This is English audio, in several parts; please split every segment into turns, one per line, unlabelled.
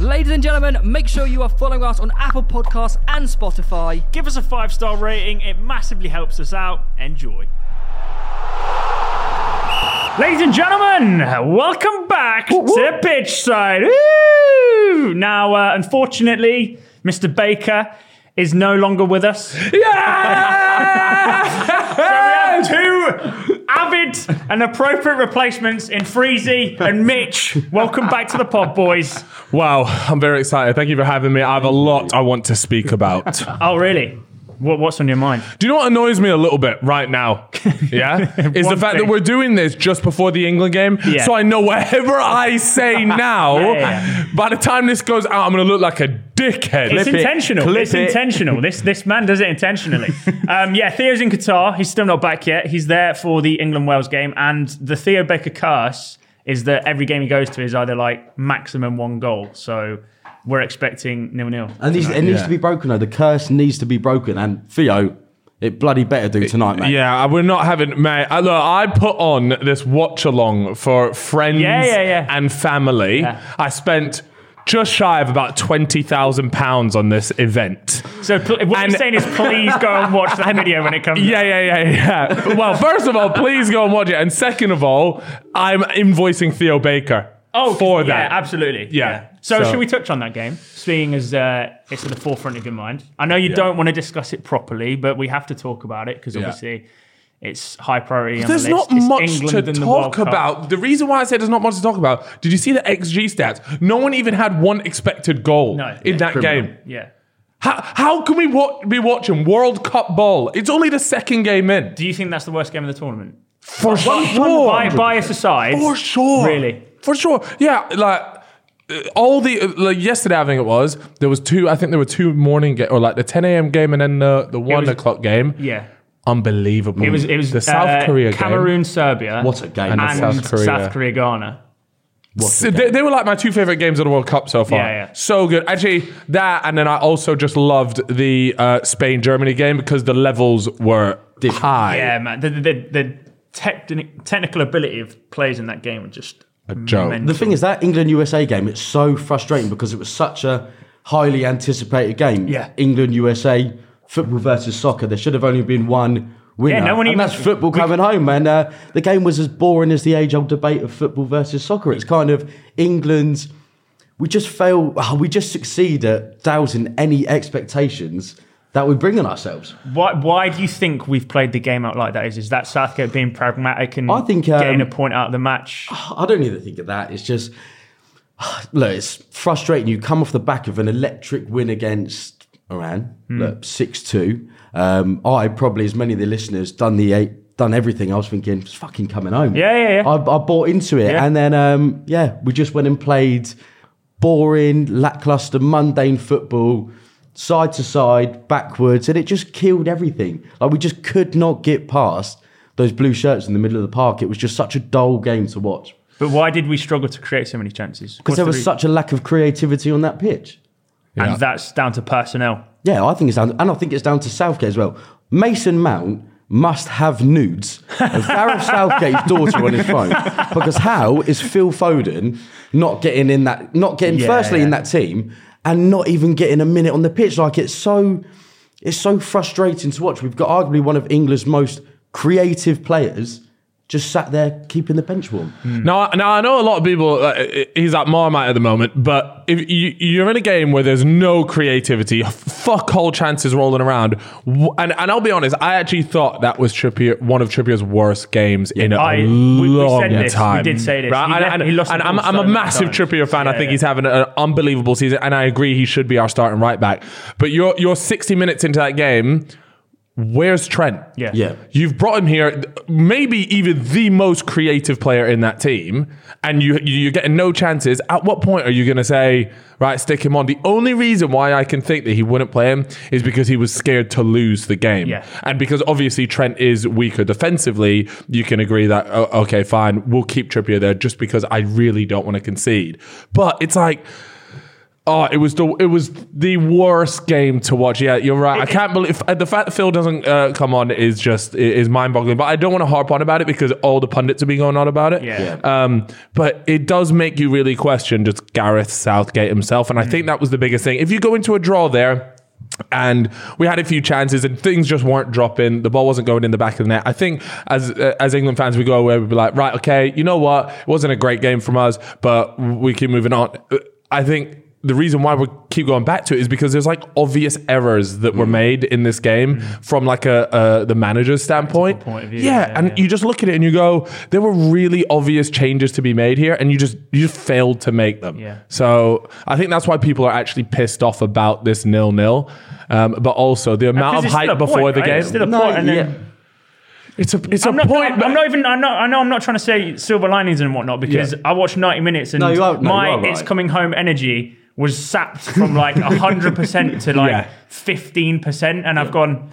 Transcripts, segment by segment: Ladies and gentlemen, make sure you are following us on Apple Podcasts and Spotify.
Give us a five star rating, it massively helps us out. Enjoy. Ladies and gentlemen, welcome back to Pitch Side. Woo! Now, uh, unfortunately, Mr. Baker is no longer with us. Yeah! so we have two avid and appropriate replacements in Freezy and Mitch. Welcome back to the pod, boys.
Wow, I'm very excited. Thank you for having me. I have a lot I want to speak about. Do
Oh, really? What, what's on your mind?
you know what annoys me a little bit right now? Yeah? Is the
One
fact
thing.
that we're doing this just before the England game.
Yeah.
So I know whatever I say now,
Yeah, yeah,
by the time this goes out, I'm going to look like a dickhead.
It's intentional. it's intentional. This this man does it intentionally. um, yeah, Theo's in Qatar. He's still not back yet. He's there for the England Wales game, and the Theo Baker curse is that every game he goes to is either like maximum one goal. So we're expecting nil nil.
And these, it needs to be broken, though. The curse needs to be broken. And Theo, it bloody better do tonight, mate.
Yeah, we're not having, mate. I, look, I put on this watch along for friends
Yeah, yeah, yeah.
and family.
Yeah.
I spent just shy of about £20,000 on this event.
So pl- what I'm
And-
saying is, please go and watch that video when it comes.
Yeah, yeah, yeah, yeah. well, first of all, please go and watch it. And second of all, I'm invoicing Theo Baker
Oh,
for
yeah,
that.
absolutely.
Yeah.
So,
So-
should we touch on that game, seeing as uh, it's at the forefront of your mind? I know you don't want to discuss it properly, but we have to talk about it because obviously it's high priority. on the
there's
list.
not
It's
much
England
to
and the World
talk
Cup.
about. The reason why I say there's not much to talk about, did you see the XG stats? No one even had one expected goal
No.
in that
Criminal.
game.
Yeah.
How, how can we wa- be watching World Cup ball? It's only the second game in.
Do you think that's the worst game of the tournament?
For
One
sure.
bi- bias aside,
For sure.
Really?
For sure. Yeah. Like uh, all the uh, like yesterday, I think it was there was two. I think there were two morning ga- or like the 10 a.m. game and then the the one
was-
o'clock game.
Yeah.
Unbelievable.
It was. It was
the South
uh,
Korea game.
Cameroon, Serbia.
What a game.
And,
And
South Korea.
South Korea, Ghana.
So they, they were like my two favorite games of the World Cup so far.
Yeah, yeah.
So good. Actually, that and then I also just loved the uh, Spain Germany game because the levels were high.
Yeah, man. The the, the, the techni- technical ability of players in that game were just a
joke.
The thing is, that England USA game, it's so frustrating because it was such a highly anticipated game.
Yeah.
England USA, football versus soccer. There should have only been one winner.
Yeah, no one
and
even-
that's football coming home. And uh, the game was as boring as the age old debate of football versus soccer. It's kind of England's. We just fail. ah, We just succeed at dousing any expectations that we bring on ourselves.
Why, why do you think we've played the game out like that? Is, is that Southgate being pragmatic and
I think, um,
getting a point out of the match?
I don't even think of that. It's just look, it's frustrating. You come off the back of an electric win against Iran,
Hmm.
look six two. Um, I probably, as many of the listeners, done the eight, done everything. I was thinking, it's fucking coming home.
Yeah, yeah, yeah.
I, I bought into it,
Yeah.
and then um, yeah, we just went and played boring, lackluster, mundane football. Side to side, backwards, and it just killed everything. Like we just could not get past those blue shirts in the middle of the park. It was just such a dull game to watch.
But why did we struggle to create so many chances?
Because there was such a lack of creativity on that pitch.
and that's down to personnel.
Yeah, I think it's down, and I think it's down to Southgate as well. Mason Mount must have nudes of Gareth Southgate's daughter on his phone because how is Phil Foden not getting in that, not getting
Yeah,
firstly in
yeah.
that team, and not even getting a minute on the pitch? Like it's so, it's so frustrating to watch. We've got arguably one of England's most creative players just sat there keeping the bench warm.
Mm. Now, now I know a lot of people. Uh, he's at Marmite at the moment, but if you, you're in a game where there's no creativity, fuck all chances rolling around. W- And and I'll be honest, I actually thought that was Trippier, one of Trippier's worst games in a
I- we- we
long
said this. We
time.
did say this.
Right?
He
and
left-
and-
he lost
and
the
I'm,
ball
I'm
so
a
many
massive
times.
Trippier fan. I
Yeah,
think
yeah.
he's having an unbelievable season, and I agree he should be our starting right back. But you're you're 60 minutes into that game where's Trent?
Yeah.
Yeah.
You've brought him here, maybe even the most creative player in that team, and you you're getting no chances. At what point are you going to say, right, stick him on? The only reason why I can think that he wouldn't play him is because he was scared to lose the game,
Yeah.
and because obviously Trent is weaker defensively. You can agree that oh, okay, fine, we'll keep Trippier there just because I really don't want to concede. But it's like. Oh, it was the it was the worst game to watch. Yeah, you're right. I can't believe uh, the fact that Phil doesn't uh, come on is just i- is mind boggling. But I don't want to harp on about it because all the pundits have been going on about it.
Yeah.
Um, but it does make you really question just Gareth Southgate himself, and I
Hmm.
think that was the biggest thing. If you go into a draw there. And we had a few chances, and things just weren't dropping. The ball wasn't going in the back of the net. I think, as uh, as England fans, we go away, we'd be like, right, okay, you know what? It wasn't a great game from us, but we keep moving on. Uh, I think the reason why we keep going back to it is because there's like obvious errors that
Hmm.
were made in this game from like a uh, the manager's standpoint.
point of view,
yeah,
yeah,
and
yeah.
you just look at it and you go, there were really obvious changes to be made here, and you just you just failed to make them.
Yeah.
So I think that's why people are actually pissed off about this nil nil. Um, but also the amount of
Because it's still
hype
a
before
point,
the
right?
game.
It's still a point, and then-
it's a it's
I'm
a
not,
point.
I'm, I'm not even. I'm not, I know I'm not trying to say silver linings and whatnot because
Yeah.
I watched 90 minutes and
No, you are- no,
my
you are
it's
right.
coming home energy was sapped from like 100 percent to
Yeah.
like 15 percent, and I've gone.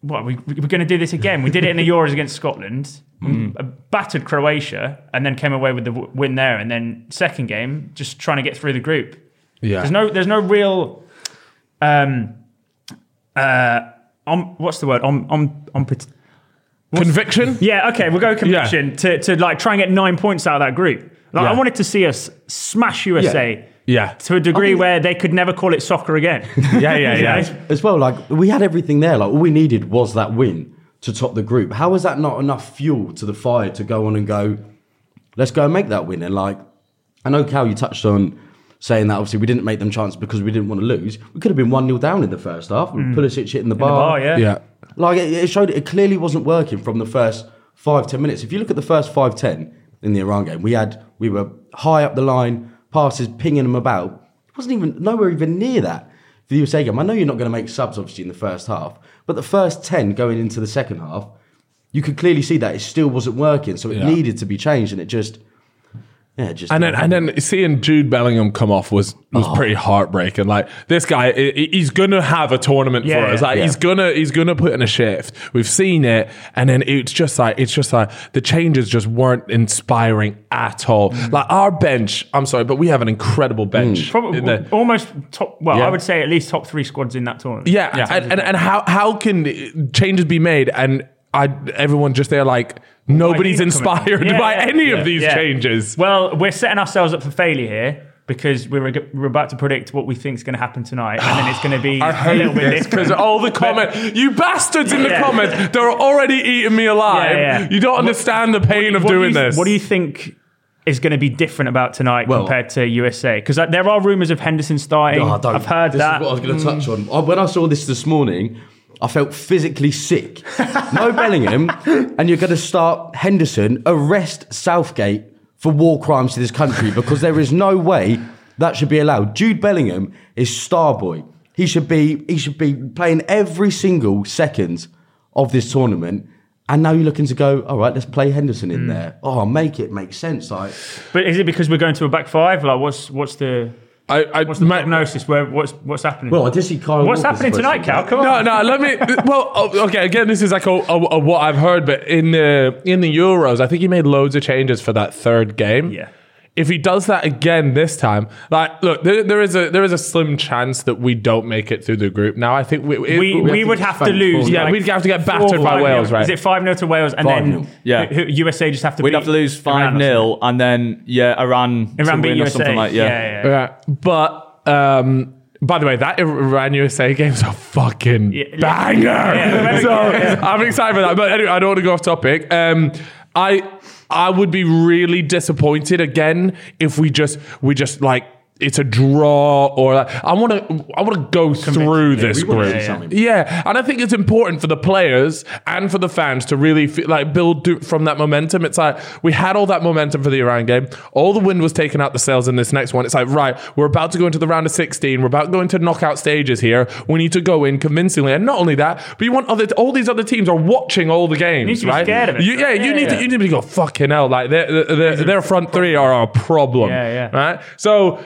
What we we're going to do this again? We did it in the Euros against Scotland,
Mm.
uh, battered Croatia, and then came away with the w- win there. And then second game, just trying to get through the group.
yeah.
There's no there's no real um uh om, what's the word? Om om om
conviction.
Yeah, okay, we'll go conviction to, to like try and get nine points out of that group. Like
Yeah.
I wanted to see us smash USA
Yeah.
to a degree
I mean-
where they could never call it soccer again.
Yeah, yeah,
You
yeah.
know?
as well. Like we had everything there. Like all we needed was that win to top the group. How was that not enough fuel to the fire to go on and go? Let's go and make that win. And like, I know Cal, you touched on saying that obviously we didn't make them chance because we didn't want to lose. We could have been one 0 down in the first half. We Pulisic hitting the bar.
bar, yeah.
Yeah.
Like it, it showed it clearly wasn't working from the first five ten minutes. If you look at the first five ten in the Iran game, we had we were high up the line, passes pinging them about. It wasn't even nowhere even near that for the USA game. I know you're not going to make subs obviously in the first half, but the first ten going into the second half, you could clearly see that it still wasn't working. So it
Yeah.
needed to be changed, and it just yeah, it just
And then, and then seeing Jude Bellingham come off was was
Oh.
pretty heartbreaking. Like this guy, i- i- he's gonna have a tournament
Yeah,
for us. Like
yeah.
he's gonna he's gonna put in a shift. We've seen it, and then it's just like it's just like the changes just weren't inspiring at all.
Mm.
Like our bench, I'm sorry, but we have an incredible bench.
Probably
in the-
almost top well,
Yeah.
I would say at least top three squads in that tournament.
yeah, And, and and how how can changes be made and I everyone just there like nobody's
Why he's coming on.
inspired
Yeah,
by
yeah,
any
yeah,
of these
yeah.
changes.
Well, we're setting ourselves up for failure here because we were, g- we're about to predict what we think is going to happen tonight, and then it's going to be a little bit
because
different.
all oh, the comments, you bastards in the
Yeah.
comments, they're already eating me alive.
Yeah, yeah.
You don't understand the pain of
What do
doing
you-
this.
What do you think is going to be different about tonight
Well-
compared to USA? Because there are rumors of Henderson starting.
Oh, I don't-
I've heard
this
that. Mm.
is what I was going to touch on. I, when I saw this this morning, I felt physically sick. no Bellingham, and you're going to start Henderson. Arrest Southgate for war crimes to this country because there is no way that should be allowed. Jude Bellingham is star boy. He should be he should be playing every single second of this tournament. And now you're looking to go. All right, let's play Henderson
Mm.
in there. Oh, make it make sense. Like
But is it because we're going to a back five? Like, what's what's the
I, I,
what's the
my-
prognosis? Where what's what's happening?
Well, I did see Kyle
what's
Walker's
happening tonight,
question.
Cal? Come on.
No, no. Let me. Well, oh, okay. Again, this is like a, a, a what I've heard, but in the in the Euros, I think he made loads of changes for that third game.
Yeah.
If he does that again this time, like, look, there, there is a there is a slim chance that we don't make it through the group. Now, I think we we,
We, we, would have to
Spain
lose.
forward.
yeah
like,
we'd have to get
four
battered
or
by
five
Wales,
nil.
right?
Is it five 0 to Wales and
Five
then
nil.
Yeah.
who- who- USA just have to
We'd
beat
have to lose
Iran
five
or
0 and then yeah, Iran,
something.
to
Iran beat
win or
USA.
something like yeah.
yeah, yeah.
Yeah, but um, by the way, that Iran USA game's a fucking
yeah.
banger.
Yeah,
so
yeah.
I'm excited for that. But anyway, I don't want to go off topic. Um, I I would be really disappointed again if we just we just like it's a draw or I want to I want to go through this
we wanna
group.
see
Yeah,
something.
and I think it's important for the players and for the fans to really feel, like build do, from that momentum. It's like we had all that momentum for the Iran game. All the wind was taken out the sails in this next one. It's like right, we're about to go into the round of 16. We're about to go into knockout stages here. We need to go in convincingly. And not only that, but you want other all these other teams are watching all the games,
need to be
right?
scared of it.
You- yeah, you
Yeah,
need
yeah.
to you need to go fucking hell. Like their their their front three are a problem.
Yeah, yeah.
Right. So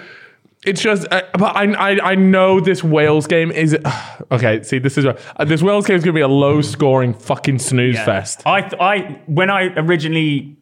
it's just, uh, but I, I I know this Wales game is okay. See, this is uh, this Wales game is gonna be a low scoring fucking snooze fest.
I, th- I when I originally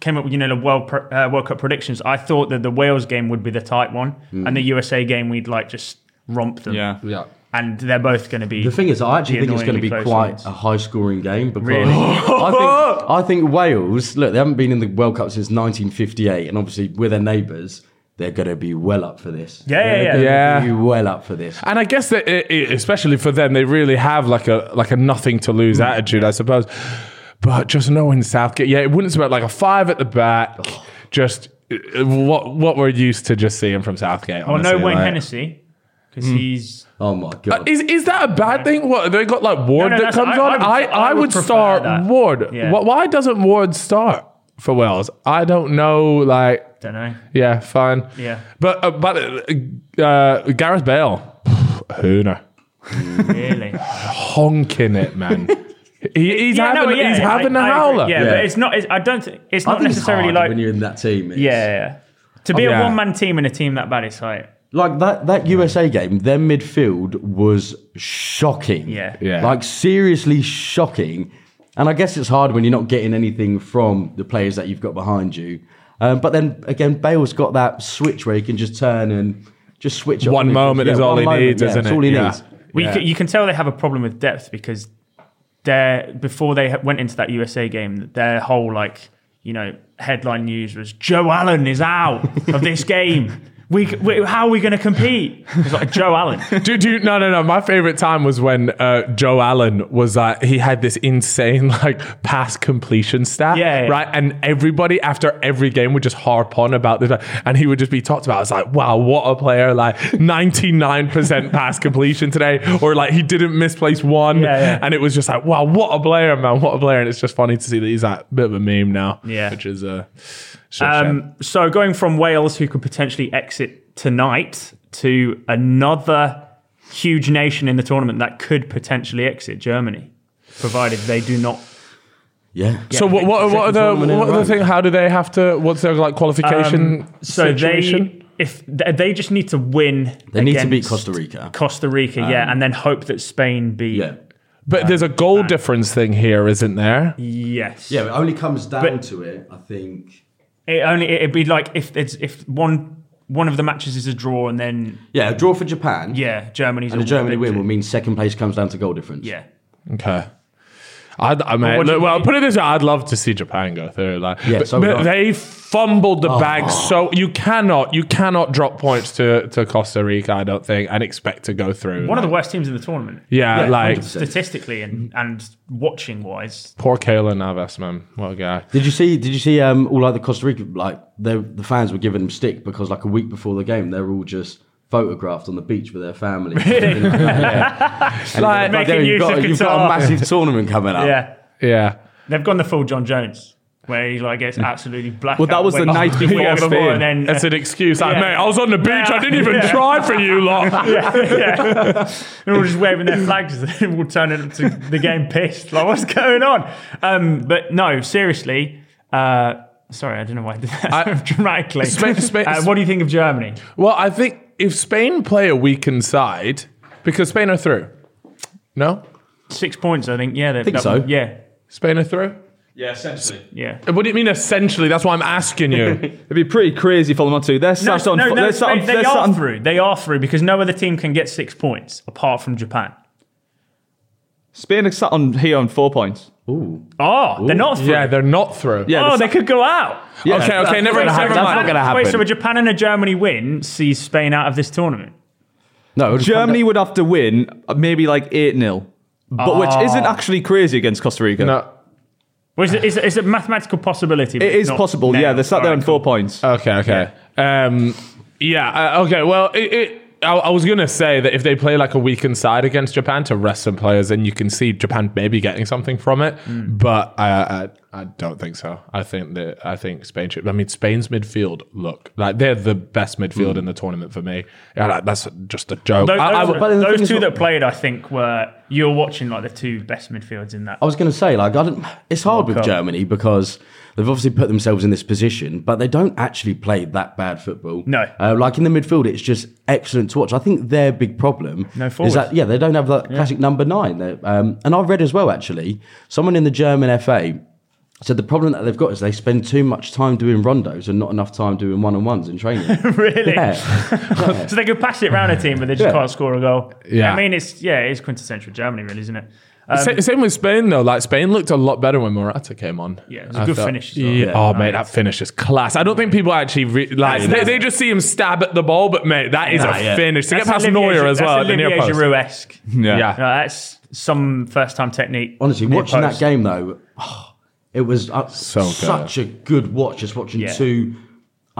came up with you know the World Pro- uh, World Cup predictions, I thought that the Wales game would be the tight one,
Hmm.
and the USA game we'd like just romp them.
Yeah.
Yeah.
and they're both going to be.
The thing is, I actually
The
think it's going to
annoyingly close
be quite
ones.
a high-scoring game because
Really?
I, think, I think Wales. Look, they haven't been in the World Cup since 1958, and obviously we're their neighbours. They're going to be well up for this.
Yeah, yeah,
They're
yeah.
gonna
Yeah.
Be well up for this.
And I guess that it, it- especially for them, they really have like a like a nothing to lose attitude, I suppose. But just knowing Southgate, yeah, it wouldn't smell like a five at the back. Just uh, what what we're used to just seeing from Southgate.
well, Oh, no Wayne
honestly, like. Hmm.
Hennessy because he's
Oh my god!
Is is that a bad thing? What they got like Ward
No, no,
that
that's-
comes
I-
on? I, I, would,
prefer
start
that.
Ward.
Yeah.
Wh- Why doesn't Ward start for Wales? I don't know. Like,
don't know.
yeah, fine.
Yeah.
but uh, but uh, uh, Gareth Bale, Hooner,
Really?
honking it, man. he, he's
Yeah,
having
no, yeah,
he's
I-
having a
I agree.
howler.
Yeah,
Yeah.
but it's not. It's, I don't. Think, it's
I
not
think it's
necessarily
hard
like.
when you're in that team. It's-
yeah, yeah, yeah. To be
Yeah.
a one-man team in a team that bad is like.
Like that that USA game, their midfield was shocking.
Yeah.
Yeah.
Like seriously shocking. And I guess it's hard when you're not getting anything from the players that you've got behind you. Um, but then again, Bale's got that switch where he can just turn and just switch. it
One
on.
moment is all
one
he needs, isn't
it's
it?
all he
Yeah.
needs.
Well, you,
Yeah.
can, you can tell they have a problem with depth because their before they ha- went into that USA game, their whole like you know headline news was Joe Allen is out of this game. We, c- we how are we going to compete? It's like Joe Allen.
Do, do, no, no, no. My favorite time was when uh, Joe Allen was like, he had this insane like pass completion stat,
Yeah, yeah.
right? And everybody after every game would just harp on about this, and he would just be talked about. It's like, wow, what a player! Like ninety nine percent pass completion today, or like he didn't misplace one,
Yeah, yeah.
and it was just like, wow, what a player, man, what a player! And it's just funny to see that he's like a bit of a meme now,
Yeah.
which is uh, it's a shame.
Um, so going from Wales, who could potentially exit tonight, to another huge nation in the tournament that could potentially exit Germany, provided they do not.
Yeah.
So what, what, what are the
tournament in
what
a
are the
row.
thing? How do they have to? What's their like qualification?
Um, So
situation?
they if th- they just need to win.
They need to beat
against
Costa Rica. Um,
Costa Rica, yeah, and then hope that Spain beat.
Yeah.
But there's a goal difference thing here, isn't there?
Yes.
Yeah, it only comes down
But-
to it, I think.
It only it'd be like if it's if one one of the matches is a draw and then
Yeah, a draw for Japan.
yeah, Germany's
And a
a
Germany win
victory.
will mean second place comes down to goal difference.
Yeah.
Okay. I'd, I mean,
what do
look,
you
well,
think?
put it this way: I'd love to see Japan go through. Like,
Yeah,
but,
so would
but
I.
they fumbled the
Oh.
bag, so you cannot, you cannot drop points to, to Costa Rica, I don't think, and expect to go through.
One of
like,
the worst teams in the tournament.
yeah, like
100%.
Statistically and, and watching wise,
poor Kaylor Navas, man, what a guy.
Did you see? Did you see? Um, all like the Costa Rica, like they, the fans were giving them stick because like a week before the game, they were all just photographed on the beach with their family.
Like,
Making
there,
use
you've, got,
of
you've got a
Qatar.
massive tournament coming up.
yeah,
yeah,
they've gone the full John Jones, where he like gets absolutely black.
Well, that was the night before
yeah,
Spain.
and then uh,
that's an excuse. Like,
yeah.
mate, I was on the beach,
Yeah.
I didn't even
Yeah.
try for you lot.
They're all just waving their flags and we'll turn it up to the game pissed. Like, what's going on? Um, but no, seriously. Uh, sorry, I don't know why I did that
I-
dramatically.
Spa- Spa-
uh, what do you think of Germany?
Well, I think if Spain play a weakened side, because Spain are through, no,
Six points, I think. Yeah, that,
Think
that-
so.
Yeah,
Spain are through.
Yeah, essentially.
yeah.
What do you mean essentially? That's why I'm asking you.
It'd be pretty crazy for them not to. They're sat on. they're sat on.
Spain- they
they're
are
sat on-
through. They are through because no other team can get six points apart from Japan.
Spain are sat on here on four points.
Oh, they're not through.
yeah, they're not through.
Yeah,
oh,
they're
they
sat-
could go out.
yeah,
okay, okay, never,
Wait,
never
so
mind.
Japan-
not gonna
Wait,
happen.
so a Japan and a Germany win sees Spain out of this tournament.
No, it would come
Germany would have to win uh, maybe like eight 0 but
Ah.
which isn't actually crazy against Costa Rica.
No.
Was it, is, it- is it a mathematical possibility? but
it is
not
possible.
nailed? Uh.
Yeah, they're sat there on
Alright,
four points.
Okay, okay. Um, Yeah. Uh, okay. Well, it. it I, I was gonna say that if they play like a weakened side against Japan to rest some players, then you can see Japan maybe getting something from it. But I, I, I don't think so. I think that I think Spain should. I mean, Spain's midfield look like they're the best midfield in the tournament for me. Yeah, that- that's just a joke.
Those,
I- I
those-
would-
but the
those
thing is
two
what-
that played, I think, were you were watching like the two best midfields in that.
Oh,
I was going to say, like, I don't, it's hard with Germany because they've obviously put themselves in this position, but they don't actually play that bad football.
No.
Uh, like in the midfield, it's just excellent to watch. I think their big problem
No
is
forwards.
that, yeah, they don't have that classic number nine. They- Um, and I read as well, actually, someone in the German FA said the problem that they've got is they spend too much time doing rondos and not enough time doing one on ones in training.
really?
Yeah.
So they could pass it round a team, but they just
Yeah.
can't score a goal.
Yeah.
I mean, it's yeah, it's quintessential Germany, really, isn't it? Um,
Sa- same with Spain though. Like Spain looked a lot better when Morata came on.
Yeah, it was a
I
good finish as well.
Yeah.
Yeah.
Oh mate, that finish is class. I don't think people actually re- like they, they just see him stab at the ball, but mate, that is
Nah,
a
yeah.
finish to get
that's
past
Olivier
Neuer
Gi-
as
that's
well at the
Olivier
near post.
Giroud-esque.
Yeah.
Yeah.
No, that's some first-time technique.
Honestly,
Near
watching
post.
that game though, it was uh,
good.
such a good watch. Just watching
Yeah.
two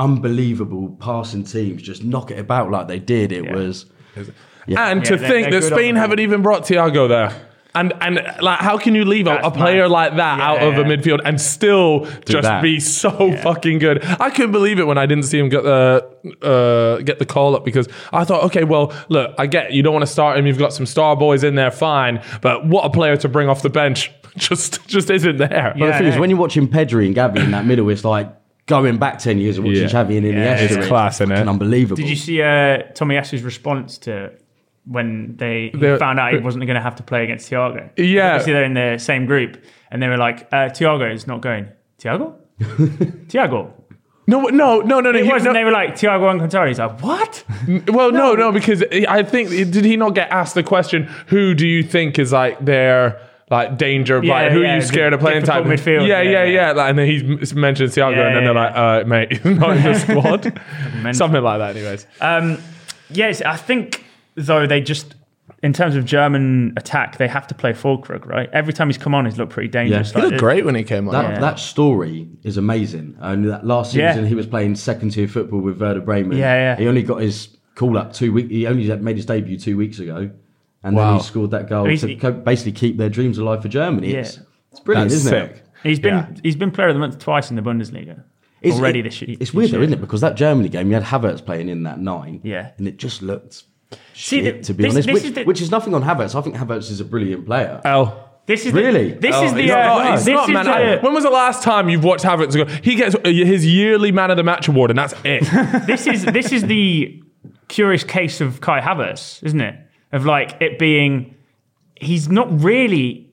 unbelievable passing teams just knock it about like they did. It
Yeah.
was
And
Yeah,
to
they're- they're
think that
good on
Spain
the
haven't even brought Thiago there. And and like how can you leave a,
That's
a player
mad.
like that
Yeah,
out of a
yeah.
midfield and still just
that.
be so fucking good? I couldn't believe it when I didn't see him get the uh, get the call up because I thought, okay, well, look, I get it. you don't want to start him. You've got some star boys in there, fine. But what a player to bring off the bench just just isn't there.
But the
Yeah,
thing is,
yeah.
when you're watching Pedri and Gavi in that middle, it's like going back ten years and watching
Yeah.
Xavi and Iniesta.
Yeah, it's
class, innit?
fucking unbelievable.
Did you see uh, Tommy S's response to when they he
The-
found out he wasn't going to have to play against Thiago?
Yeah.
obviously they're in the same group, and they were like, uh, "Thiago is not going." Thiago, Thiago.
No, no, no, no, no.
It
he-
was,
no-
and they were like Thiago and Cantara. He's like, "What?"
Well, no, no, because I think did he not get asked the question? Who do you think is like their like danger?
Yeah,
like, who
yeah,
are you scared of
the
playing? Type
difficult midfield.
Yeah, yeah,
Yeah,
yeah.
yeah.
Like, and then he m- mentioned Thiago,
Yeah,
and then
yeah,
they're like, uh, "Mate, he's not in the squad."
mental.
Something like that, anyways.
Um, yes, I think though they just. In terms of German attack, they have to play Fulkrug, right? Every time he's come on, he's looked pretty dangerous. Like,
great when he came on.
That, that story is amazing. And that last
Yeah.
season, he was playing second tier football with Werder Bremen.
Yeah, yeah.
He only got his call up two weeks. He only made his debut two weeks ago, and
Wow.
then he scored that goal
He's-
to co- basically keep their dreams alive for Germany. It's,
Yeah.
it's brilliant,
That's
isn't
sick.
it?
He's been
Yeah.
he's been player of the month twice in the Bundesliga
It's,
already
it-
this year.
It's weird
this
though,
year.
isn't it? Because that Germany game, you had Havertz playing in that nine.
Yeah.
and it just looked.
See,
shit,
th-
to be
this-
honest,
this
which,
is the-
which is nothing on Havertz. I think Havertz is a brilliant player.
L.
This is
Really?
The, this is the.
No,
Uh,
no, he's
this
Oh, not,
is
man. I-
the,
when was the last time you've watched Havertz go? He gets uh, his yearly man of the match award, and that's it.
this is this is the curious case of Kai Havertz, isn't it? Of like it being, he's not really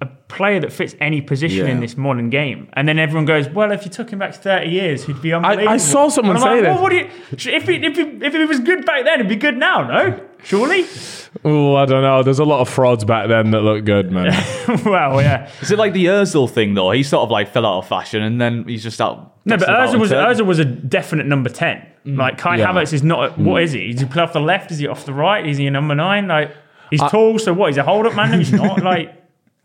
a player that fits any position
Yeah.
in this modern game. And then everyone goes, "Well, if you took him back thirty years, he'd be unbelievable."
saw someone
And I'm
say
like,
this.
Well, what do you, if he, if he, if he was good back then, he'd be good now, no? Surely.
oh, I don't know. There's a lot of frauds back then that look good, man.
well, yeah.
Is it like the Özil thing though? He sort of like fell out of fashion, and then he's just out.
No, but
about
Urza was
in third.
Urza was a definite number ten. Like Kai
Mm. Yeah. Mm.
Havertz is not. A, what is he? Is he play off the left? Is he off the right? Is he a number nine? Like he's tall, so what? He's a hold up man. No, he's not. Like I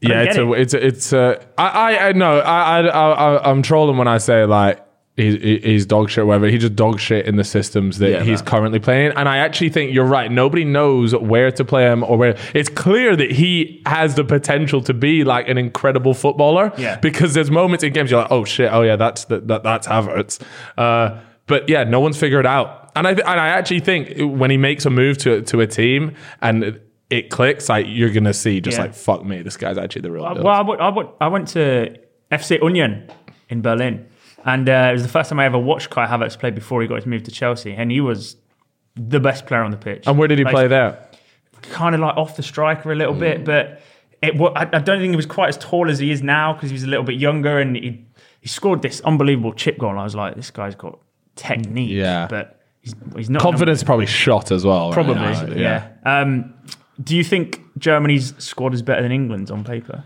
Yeah,
don't
it's
get it.
a, it's a, it's a, I, I, I no, I, I, I, I- I'm trolling when I say like he's, he's dog shit, or whatever. He just dog shit in the systems that
Yeah,
he's
man.
currently playing. And I actually think you're right. Nobody knows where to play him or where. It's clear that he has the potential to be like an incredible footballer.
Yeah.
Because there's moments in games you're like, oh shit, oh yeah, that's the, that, that's Havertz. Uh, but yeah, no one's figured it out. And I th- and I actually think when he makes a move to to a team and it clicks, like you're gonna see just
Yeah.
like fuck me, this guy's actually the real. deal.
Well, I went, I went, I went to FC Union in Berlin, and uh, it was the first time I ever watched Kai Havertz play before he got his move to Chelsea, and he was the best player on the pitch.
And where did he
Like,
play there?
Kind of like off the striker a little
Mm.
bit, but it. wa- I, I don't think he was quite as tall as he is now because he was a little bit younger, and he he scored this unbelievable chip goal. And I was like, this guy's got technique,
Yeah.
but he's, he's not
Confidence probably shot as well. right?
Probably,
Yeah.
yeah. Um, do you think Germany's squad is better than England's on paper?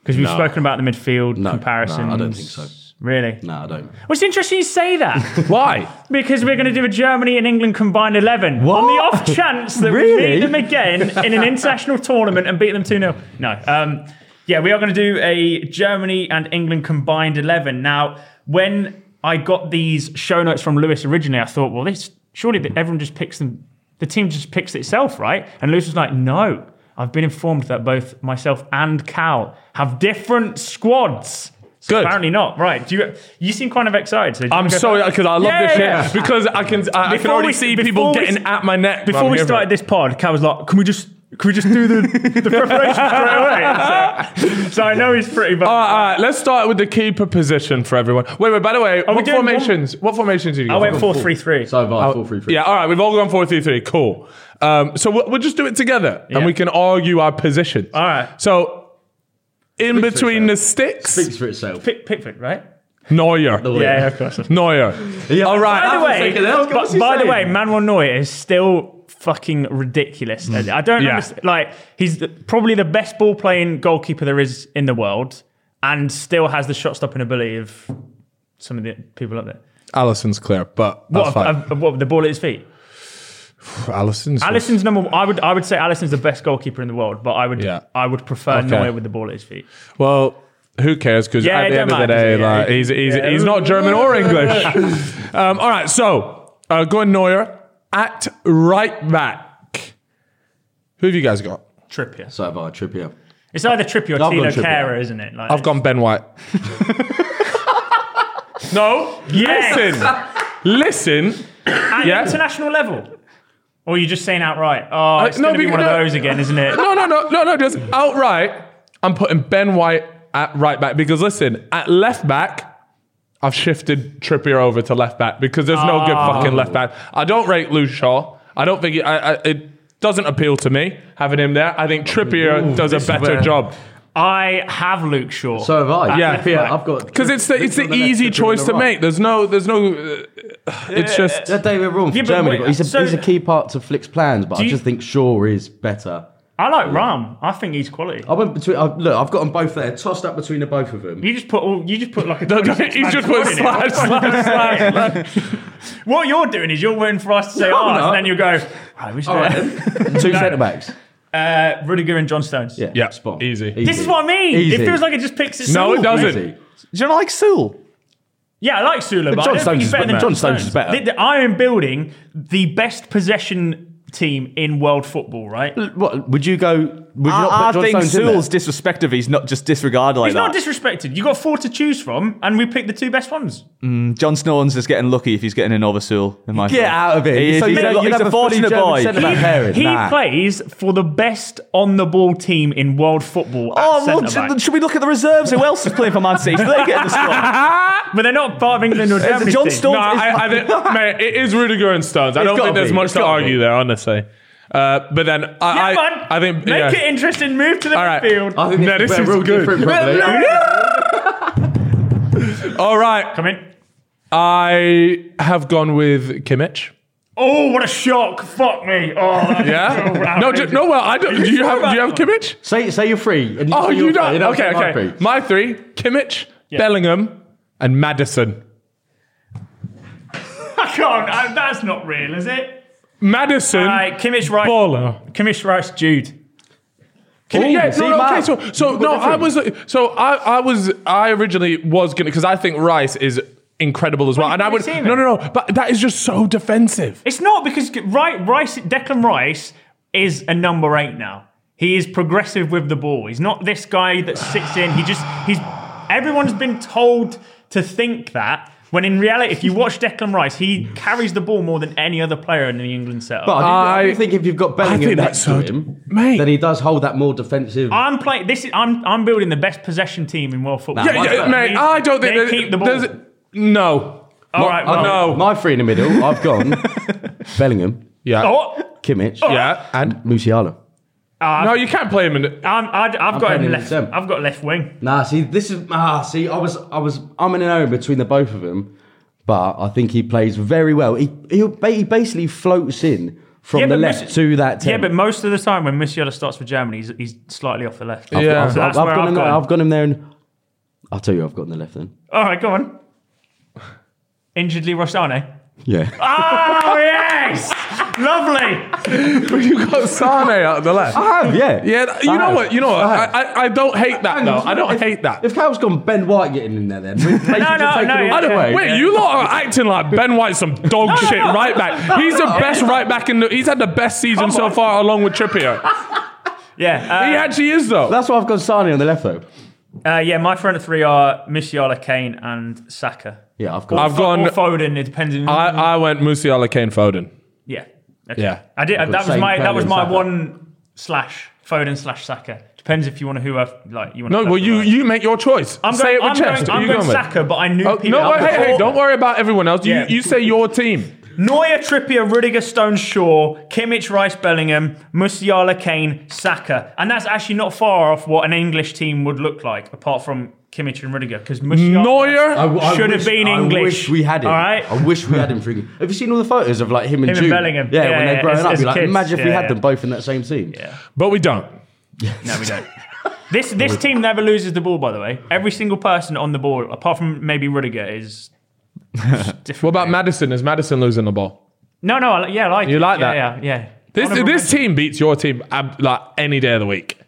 Because we've spoken about the midfield
No,
comparisons.
no, I don't think so.
Really?
No, I don't.
Well, it's interesting you say that
Why?
because we're going to do a Germany and England combined 11. On the off chance that we
Really?
meet them again in an international tournament and beat them 2 0. No. Um, yeah, we are going to do a Germany and England combined 11. Now, when I got these show notes from Lewis originally. I thought, well, this surely that everyone just picks them. The team just picks itself, right? And Lewis was like, no. I've been informed that both myself and Cal have different squads. So
Good.
Apparently not. Right. Do you? You seem kind of excited. So do you
I'm
wanna go
sorry
first?
because I love
Yeah,
this shit
yeah, yeah.
because I can I, I can
Before
already
we-
see
before
people
we-
getting at my neck.
Before
man,
we
here,
started
bro.
this pod, Cal was like, "Can we just can we just do the, the preparation straight away?" So, so I know he's pretty. But
All right, all right, let's start with the keeper position for everyone. Wait, wait. By the way, what
doing one-
formations? What formations did you?
I
go
went
for?
four three three.
So far, four, three, three.
Yeah, all right, we've all gone 4 3 3. Cool. Um, so we'll, we'll just do it together and
Yeah.
we can argue our positions. All
right.
So in
Speaks for
between the
itself.
sticks,
Speaks for itself.
Pick, Pickford, right?
Neuer.
Yeah, of course.
Neuer. All right.
By the way,
taking it out. What's
but,
he
by the
saying?
way, Manuel Neuer is still fucking ridiculous.
Hmm.
I don't
Yeah.
understand. Like, he's the, probably the best ball playing goalkeeper there is in the world, and still has the shot stopping ability of some of the people up there.
Allison's clear, but that's
What, Um,
fine.
of- of- what the ball at his feet?
Allison's.
Allison's number. I would I would say Allison's the best goalkeeper in the world, but I would
Yeah.
I would prefer
Okay.
Neuer with the ball at his feet.
Well, who cares? Because
Yeah,
at
it
the
don't
end of the
matter, does
day,
it? Yeah.
like, he's, he's,
Yeah.
he's not German or English. um, all right, so uh, going Neuer at right back. Who have you guys got?
Trippier.
So far, Trippier.
It's either Trippier or
I've
Tino
gone Trippier.
Kehrer, isn't it? Like,
I've gone Ben White. no, listen, listen.
at
yeah.
international level. Or are you just saying outright? Oh, it's
Uh, no,
going to be
beca-
one of
no.
those again, isn't it?
No, no, no, no, no. Just outright, I'm putting Ben White at right back because listen, at left back. I've shifted Trippier over to left back because there's no good
Ah.
fucking left back. I don't rate Luke Shaw. I don't think it, I, I, it doesn't appeal to me having him there. I think Trippier does a this is better where- job.
I have Luke Shaw.
So have I.
Yeah.
Trippier, I've got
because it's the
Trippier
it's the
on left, Trippier
easy
on
choice
the
to
right.
make. There's no there's no. Uh, it's just
That David Raum from
Yeah, but
Germany.
wait,
but he's, a,
so-
he's a key part to Flick's plans, but I
you-
just think Shaw is better.
I like Ram. I think he's quality.
I went between. I, look, I've got them both there, tossed up between the both of them.
You just put all. You just put like a. 26
he's just
man
put
squad in
slash
it.
slash slash. slash.
What you're doing is you're waiting for us to say ours,
no.
and then you go. I wish
All right,
that-
then. two centre backs.
uh, Rudiger and John Stones.
Yeah,
Yeah,
spot.
easy.
This is what I mean.
Easy.
It feels like it just picks itself.
No, it doesn't.
Easy.
Do you not like Sewell?
Yeah, I like Sula, but
John
I don't think
Stones
he's
is
better than
better.
John
John Stones
Stones.
is better.
The- the- I am building the best possession team in world football, right?
What would you go? Would you
I,
not put John
think
Stones in there?
Sewell's disrespect of he's not just disregarded like
He's
that.
not disrespected. You got four to choose from, and we picked the two best ones.
John Stones is getting lucky if he's getting in over Sewell. In my
Get
opinion.
out of it.
He is.
So you
he's a,
don't- you
he's
have
a
a fully
fortunate
German
boy.
centre back.
He,
pairing,
he
nah.
plays for the best on the ball team in world football. at
Oh, well,
centre-back.
should we look at the reserves? Who else is playing for Man City? Do they get in the squad?
but they're not part of England or Germany.
John
team.
Stones-
No, I, I think, mate, it is Rudiger and Stones. I don't
gotta
think there's
be.
much
It's
to
gotta
argue
be.
there, honestly. Uh, but then I,
Yeah,
I,
man.
I think
make
yeah.
it interesting. Move to the
All right.
midfield.
I think
No,
this,
this
is,
is
real
good.
different. probably.
All right,
Come in.
I have gone with Kimmich.
Oh, what a shock! Fuck me. Oh, that's so
Yeah. no, do,
outrageous.
no. Well, I don't. Do you
sure
have? Do you have
about
Kimmich?
Say, say you're free. And
Oh,
say
you
you're
don't.
free.
okay,
say my
okay.
free.
My three: Kimmich, Bellingham, and Madison.
I can't. I- that's not real, is it?
Madison.
All right, Kimmich right.
Baller.
Kimmich Rice Jude.
Can you- yeah,
see,
no, no, okay.
Mark,
So, so
you've got
no,
different.
I was, so I, I was, I originally was gonna because I think Rice is incredible as well,
Well,
and I
you've
would,
seen
no,
him.
no, no, but that is just so defensive.
It's not because right, Rice Declan Rice is a number eight now. He is progressive with the ball. He's not this guy that sits in. He just he's everyone's been told to think that. When in reality, if you watch Declan Rice, he carries the ball more than any other player in the England setup.
But I, do
I-
I think if you've got
I
Bellingham
think that's
next
so,
to him,
mate.
then he does hold that more defensive.
I'm playing. This is I'm I'm building the best possession team in world football.
yeah,
why
yeah,
not?
mate.
They-
I don't think
they
that-
keep the ball.
there's- No.
All right,
I've-
well,
Oh, no.
My three in the middle. I've gone Bellingham,
Yeah.
Oh,
Kimmich,
Yeah. And
Musiala.
no, you can't play him in.
I'm, I'd, I've
I'm
got
playing
him
him
left.
with them.
I've got left wing.
Nah, see, this is ah, see, I was, I was, I'm in an area between the both of them, but I think he plays very well. He he'll, ba- he basically floats in from
Yeah,
the
but
left
Messi-
to that. 10.
Yeah, but most of the time when Musiala starts for Germany, he's, he's slightly off the left.
Yeah.
I've,
so
I've,
that's
I've
where
got
I've
him.
got
There,
him.
I've got him there, and I'll tell you, I've got him the left then.
All right, go on. Injuredly Rossane.
Yeah.
Ah!
Oh yes, lovely.
But you got Sane out the left.
I have, yeah.
Yeah, you
I
know
have.
what? You know what? I, I, I don't hate that though. I don't
if-
hate that.
If Cal's gone Ben White getting in there then.
No, no, no.
I don't,
yeah,
wait,
yeah.
you lot are acting like Ben White's some dog shit right back. He's the best right back in the. He's had the best season so far, along with Trippier.
Yeah, uh,
He actually is though.
That's why I've got Sani on the left though.
Uh, yeah, my front three are Musiala, Kane, and Saka.
Yeah, I've got.
I've gone.
Or Foden. It depends. On,
I, I went Musiala, Kane, Foden.
yeah, okay.
Yeah.
I did.
I've got
that was
same
my. That
Foden
was
and
my
Saka.
one slash Foden slash Saka. Depends if you want to who I like. You want
No, well, you you make your choice.
I'm going,
say it with
I'm Going,
chest. Who
I'm
you
going
going with?
Saka, but I knew
Oh,
people.
no,
out
hey, hey,
before.
don't worry about everyone else. You
Yeah.
you say your team.
Neuer, Trippier, Rudiger, Stone, Shaw, Kimmich, Rice, Bellingham, Musiala, Kane, Saka, and that's actually not far off what an English team would look like, apart from Kimmich and Rudiger, because Musiala
Neuer.
I- I
should
wish-
have been
I
English.
wish we had him.
All right.
I wish we had him. For England. Have you seen all the photos of like him and
Him and
Jude?
Bellingham.
Yeah,
Yeah,
when
yeah,
they're growing
as-
up,
as
you're like,
kids.
imagine if we
Yeah,
had
yeah.
them both in that same team. Yeah.
But we don't.
No, we don't. this this team never loses the ball. By the way, every single person on the ball, apart from maybe Rudiger, is different.
What about Madison? Is Madison losing the ball?
No, no, I, li- yeah, I like
You
it.
like
yeah,
that?
Yeah, yeah.
This
Honourable
this team beats your team ab- like any day of the week.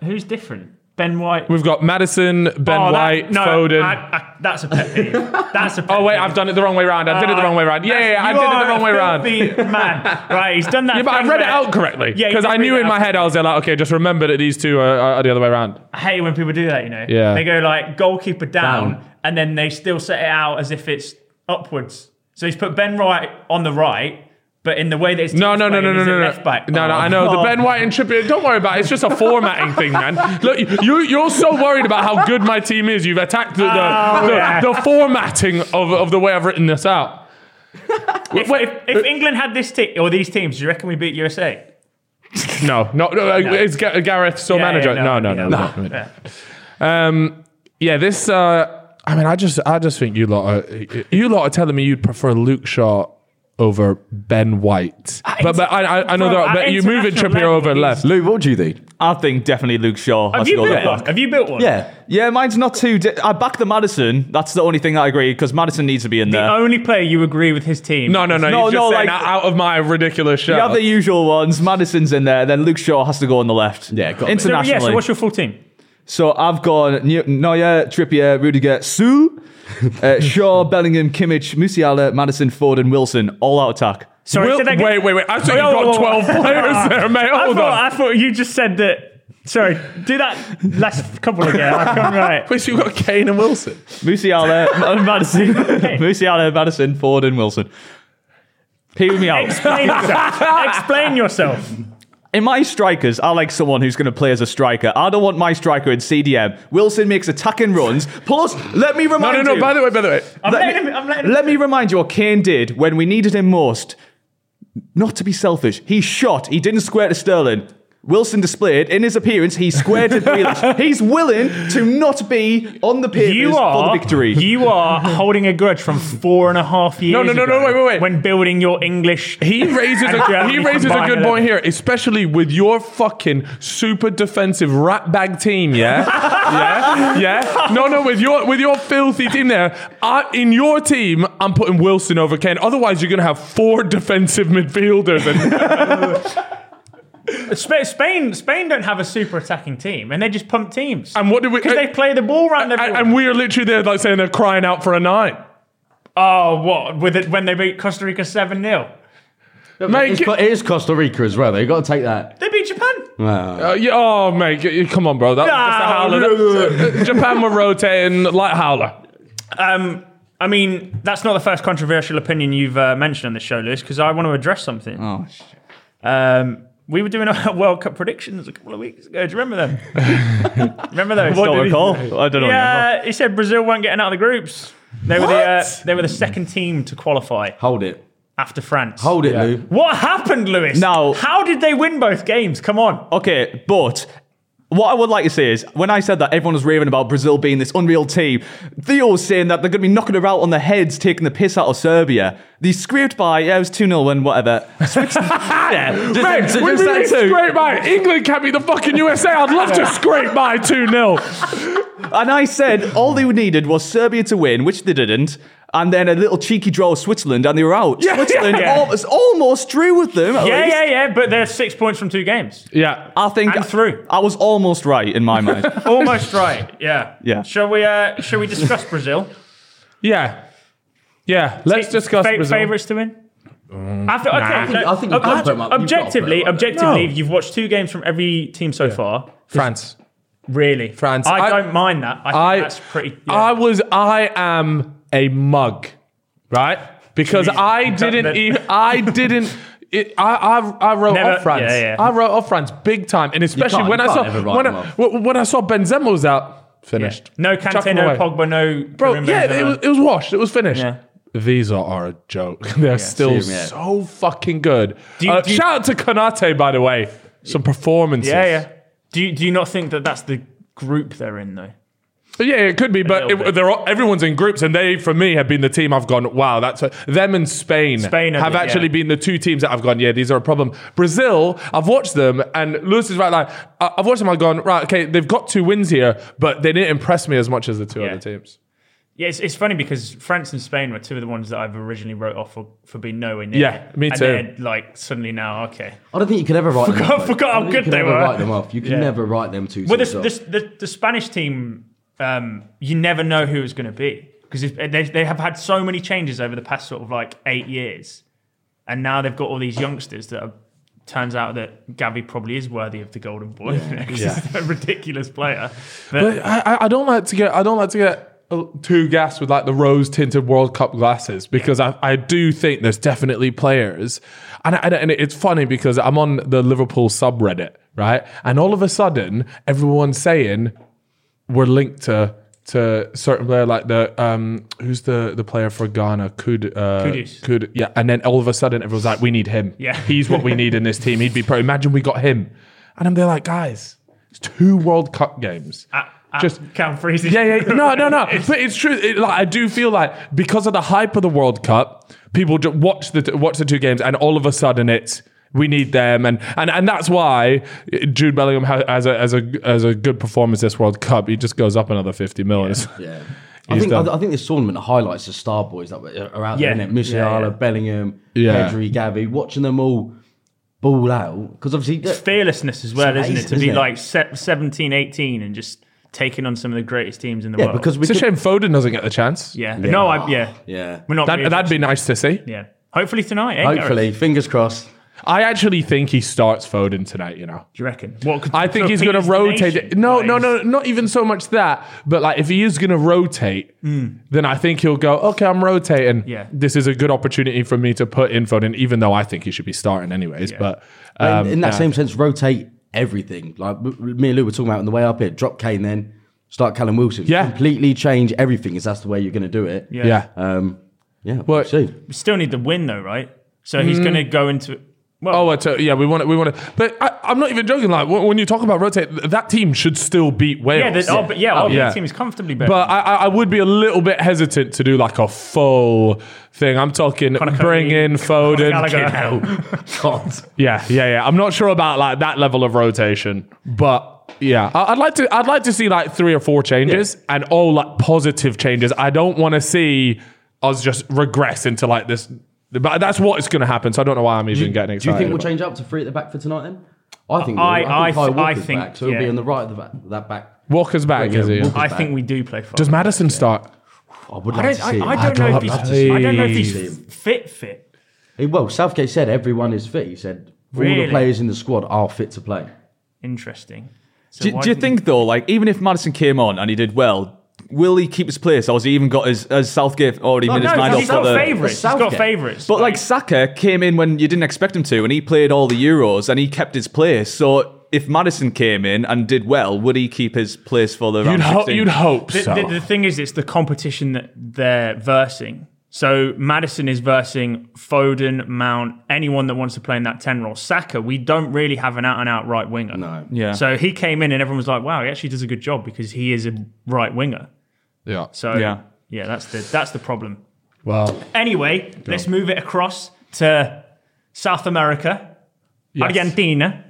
mention. who's different? Ben White.
We've got Madison, Ben
Oh, that-
White,
no,
Foden.
I, I, that's a pet peeve. That's a. Pet
oh wait,
peeve.
I've done it the wrong way round. I did it the wrong way round. Yeah, yeah, yeah, I
Uh, You
did it
are
the wrong
a
way round.
filthy Man, right? He's done that.
Yeah, but I
thing
read it
where-
out correctly.
Yeah, you
because
did
I
read
knew
it
in
out
my head I was there like, okay, just remember that these two are, are the other way round.
I hate when people do that. You know,
Yeah.
they go like goalkeeper down,
Down.
and then they still set it out as if it's upwards. So he's put Ben White on the right, but in the way that it's
No, no, no, no, no, no,
left
no.
back. Oh,
No, no, I know the Ben White and Trippier. Don't worry about it. It's just a formatting thing, man. Look, you you're so worried about how good my team is. You've attacked the the,
Oh,
the,
yeah.
the formatting of, of the way I've written this out.
If, if, if England had this team or these teams, do you reckon we beat USA?
No, no, no, uh, it's Ga- Gareth still
Yeah,
manager.
yeah,
no,
no,
no, no,
yeah,
no. no. Um, yeah, this. Uh, I mean, I just, I just think you lot, are, you lot are telling me you'd prefer Luke Shaw over Ben White, but but I, I, I know
Uh, Bro,
that
at
but you're moving
international
Trippier over
level,
left.
Lou, what do you think?
I think definitely Luke Shaw
Have
has
you
to go
built
left
one?
back.
Have you built one?
Yeah.
Yeah, mine's not too. Di- I back the Madison. That's the only thing that I agree because Madison needs to be in
The
there.
only player you agree with his team.
No, no, no.
No,
you're just
no,
saying
like-
that out of my ridiculous
you have
show.
the usual ones. Madison's in there. Then Luke Shaw has to go on the left.
Yeah, got me.
So,
internationally.
yeah, so what's your full team?
So I've gone Neu- Neuer, Trippier, Rudiger, Sue, uh, Shaw, Bellingham, Kimmich, Musiala, Madison, Ford, and Wilson, all out attack.
Sorry,
Will-
said that-
wait, wait, wait. I thought you
Whoa, whoa,
got
whoa, whoa.
twelve players there, mate.
I
Hold on.
thought, I thought you just said that. Sorry, do that last couple again. I've come right.
Wait, so you got Kane and Wilson.
Musiala, Ma- Madison, Musiala, Madison, Ford, and Wilson. Hear me out.
Explain yourself. Explain yourself.
In my strikers, I like someone who's going to play as a striker. I don't want my striker in CDM. Wilson makes attacking runs. Plus, let me
No,
remind
no, no.
you.
By the way, by the way,
I'm
let
letting
me,
him- I'm letting him-
let me remind you what Kane did when we needed him most. Not to be selfish, he shot. He didn't square to Sterling. Wilson displayed in his appearance he squared to Grealish. He's willing to not be on the pavers
You
for
are
the victory.
You are holding a grudge from four and a half years.
No, no, no,
ago
no, wait, wait, wait.
When building your English,
He raises
and
a, he
Germany
raises a
combined
good
eleven.
point here, especially with your fucking super defensive ratbag team. Yeah, yeah, yeah. No, no, with your with your filthy team there. I, in your team, I'm putting Wilson over Kane. Otherwise, you're gonna have four defensive midfielders. And
Sp- Spain, Spain don't have a super attacking team, and they just pump teams.
and what do we? uh,
Because they play the ball round
and,
everyone.
and we are literally there, like saying they're crying out for a nine.
oh, what with it when they beat Costa Rica seven 0
Mate,
It's,
get-
Co- it is Costa Rica as well. They've got to take that.
They beat Japan.
Uh, yeah, oh mate, g- come on, bro. That was just a howler. Japan were rotating like howler.
Um, I mean, that's not the first controversial opinion you've uh, mentioned on this show, Lewis. Because I want to address something.
Oh, sh-
Um, we were doing our World Cup predictions a couple of weeks ago. Do you remember them? remember those?
don't recall. I don't know.
Yeah, he said Brazil weren't getting out of the groups. They were the uh, they were the second team to qualify
Hold it.
after France.
Hold it, Lou.
What happened, Lewis?
No. Oh,
How did they win both games? Come on.
Okay, but what I would like to say is when I said that everyone was raving about Brazil being this unreal team, Theo was saying that they're going to be knocking her out on their heads, taking the piss out of Serbia. They scraped by, yeah, it was 2 0 win, whatever. Switched, yeah, just-
Mate,
just
we
that
really
too.
scrape by. England can't be the fucking USA. I'd love to scrape by 2 0.
And I said all they needed was Serbia to win, which they didn't. And then a little cheeky draw of Switzerland, and they were out.
Yeah,
Switzerland
yeah, yeah.
Almost, almost drew with them. at
Yeah,
least.
yeah, yeah. But they're six points from two games.
Yeah.
I think
And through.
I was almost right in my mind.
Almost right. Yeah.
Yeah.
Shall we? Uh, shall we discuss Brazil?
Yeah. Yeah. Let's discuss
Fa-
Brazil. Mm.
Favorites to win. After, okay,
I
think- I think you can't put 'em up. You've
objectively,
got to put 'em up there.
objectively,
No.
you've watched two games from every team so far.
France.
Really,
France.
I,
I-
don't mind that. I think
I
that's pretty. yeah.
I was I am a mug, right? Because
Jeez.
I
That-
didn't
that-
even I didn't it, I, I I wrote
Never-
off France.
yeah, yeah.
I wrote off France big time, and especially
can't-
when
you
I
can't
saw
ever write
when
them
I,
off.
w- when I saw Benzema was out,
Yeah.
finished.
No
Chuck
Kante,
him
no
away.
Pogba, no
Bro,
Karim
yeah,
Benzema.
it was, it was washed. It was finished.
Yeah.
These are, are a joke. They're still
same, yeah.
so fucking good.
Do you-
Uh,
do you-
shout out to Konate, by the way. Some performances.
yeah, yeah. Do you, do you not think that that's the group they're in though?
But yeah, it could be, but
little
it,
bit.
they're all, everyone's in groups, and they, for me, have been the team I've gone, wow, that's a, them and Spain,
Spain are
have
the- yeah.
actually been the two teams that I've gone, yeah, these are a problem. Brazil, I've watched them, and Lewis is right, like, I- I've watched them, I've gone, right, okay, they've got two wins here, but they didn't impress me as much as the two
Yeah.
other teams.
Yeah, it's, it's funny because France and Spain were two of the ones that I've originally wrote off for, for being nowhere near.
Yeah, me
And
too.
then, like suddenly now, okay.
I don't think you could ever write them
Forgot-
off. mate.
forgot
I
how
don't think
good
you
they
can ever
were.
write them off. You can
Yeah.
never write them two
Well,
teams
this,
off.
this, the, the Spanish team, um, you never know who it's going to be because they, they have had so many changes over the past sort of like eight years. And now they've got all these youngsters that are, turns out that Gavi probably is worthy of the Golden Boy. because he's a ridiculous player. But,
But I, I- I don't like to get, I don't like to get uh, too gassed with like the rose tinted World Cup glasses because I, I do think there's definitely players, and, I- and and it's funny because I'm on the Liverpool subreddit right, and all of a sudden everyone's saying we're linked to. To certain player like the um who's the the player for Ghana could uh,
Kudus.
could yeah and then all of a sudden everyone's like we need him
Yeah.
he's what we need in this team he'd be pro imagine we got him and I'm there like guys it's two World Cup games
just count freezes.
yeah, yeah. No, no, no. But it's true. It, like, I do feel like because of the hype of the World Cup, people just watch the watch the two games, and all of a sudden it's we need them, and and, and that's why Jude Bellingham ha- has a as a as a good performance this World Cup. He just goes up another fifty million.
yeah. I
He's
think,
done.
I, I think this tournament highlights the star boys that were- are out
Yeah.
there, innit? Musiala,
Yeah, yeah.
Bellingham,
Yeah.
Pedri, Gavi, watching them all ball out. Because obviously,
It's fearlessness as well,
It's
isn't it? To
amazing,
be
isn't it?
like se- 17, 18 and just taking on some of the greatest teams in the
yeah,
world.
because we
It's a
could-
shame Foden doesn't get the chance.
yeah. No, I, yeah.
Yeah.
We're not
That,
really-
that'd be nice to see.
Yeah. Hopefully tonight, eh, Gareth?
Hopefully, fingers crossed.
I actually think he starts Foden tonight. You know.
Do you reckon? What could,
I think
for
he's
Peter's
going to rotate.
nation,
No,
like,
no,
he's-
no, not even so much that. But like, if he is going to rotate, then I think he'll go. Okay, I'm rotating.
Hmm. Yeah.
this is a good opportunity for me to put info in, even though I think he should be starting anyways. But um,
in, in that same sense, rotate everything. Like w- w- me and Lou were talking about on the way up here. Drop Kane, then start Callum Wilson.
Yeah.
completely change everything. Is that's the way you're going to do it?
Yeah.
yeah,
Um, yeah.
Well-
We'll see.
We still need the win, though, right? So he's going to go into. Well,
Oh, it's, uh, yeah, we want to, we want to, but I, I'm not even joking. Like when when you talk about rotate, th- that team should still beat
yeah,
Wales.
the, oh, but yeah, our
yeah.
team is comfortably better.
But I, I I would be a little bit hesitant to do like a full thing. I'm talking
Cody,
bring in Foden.
Gallagher.
God.
Yeah, yeah, yeah. I'm not sure about like that level of rotation, but yeah, I- I'd like to. I'd like to see like three or four changes and all like positive changes. I don't want to see us just regress into like this. But that's what is going to happen. So I don't know why I'm even getting
Do you
excited.
think we'll
about
change up to three at the back for tonight? Then I think.
I-
we'll- I
I
think, Kyle
th- I
Walker's
think,
back, so he'll
yeah.
be on the right of the back, that back.
it. Walker's back,
Yeah,
is he?
Walker's
I
back.
think we do play five.
Does Madison start?
I would
I
like
don't,
to see.
I, I
him.
don't know if
I'd
he's.
love to
I don't know if
see
he's fit. Fit.
Hey, eh, Well, Southgate said everyone is fit. He said all
Really?
the players in the squad are fit to play.
Interesting. So
Do,
why
do you
didn't-
think though, like even if Madison came on and he did well, will he keep his place, or has he even got his, has Southgate already made
Oh, No,
his
because
mind up
he's
for
got
the?
favourites. He's got
Southgate.
favourites.
But like Saka came in when you didn't expect him to, and he played all the Euros and he kept his place. So if Madison came in and did well, would he keep his place for the
You'd,
round
ho-
16?
you'd hope
The,
so.
the, the thing is, it's the competition that they're versing. So Madison is versing Foden, Mount, anyone that wants to play in that 10 role. Saka, we don't really have an out and out right winger.
No.
Yeah.
So he came in and everyone was like, wow, he actually does a good job because he is a right winger.
yeah.
So
Yeah.
yeah, that's the that's the problem.
Well,
Anyway, let's move it across to South America, Argentina.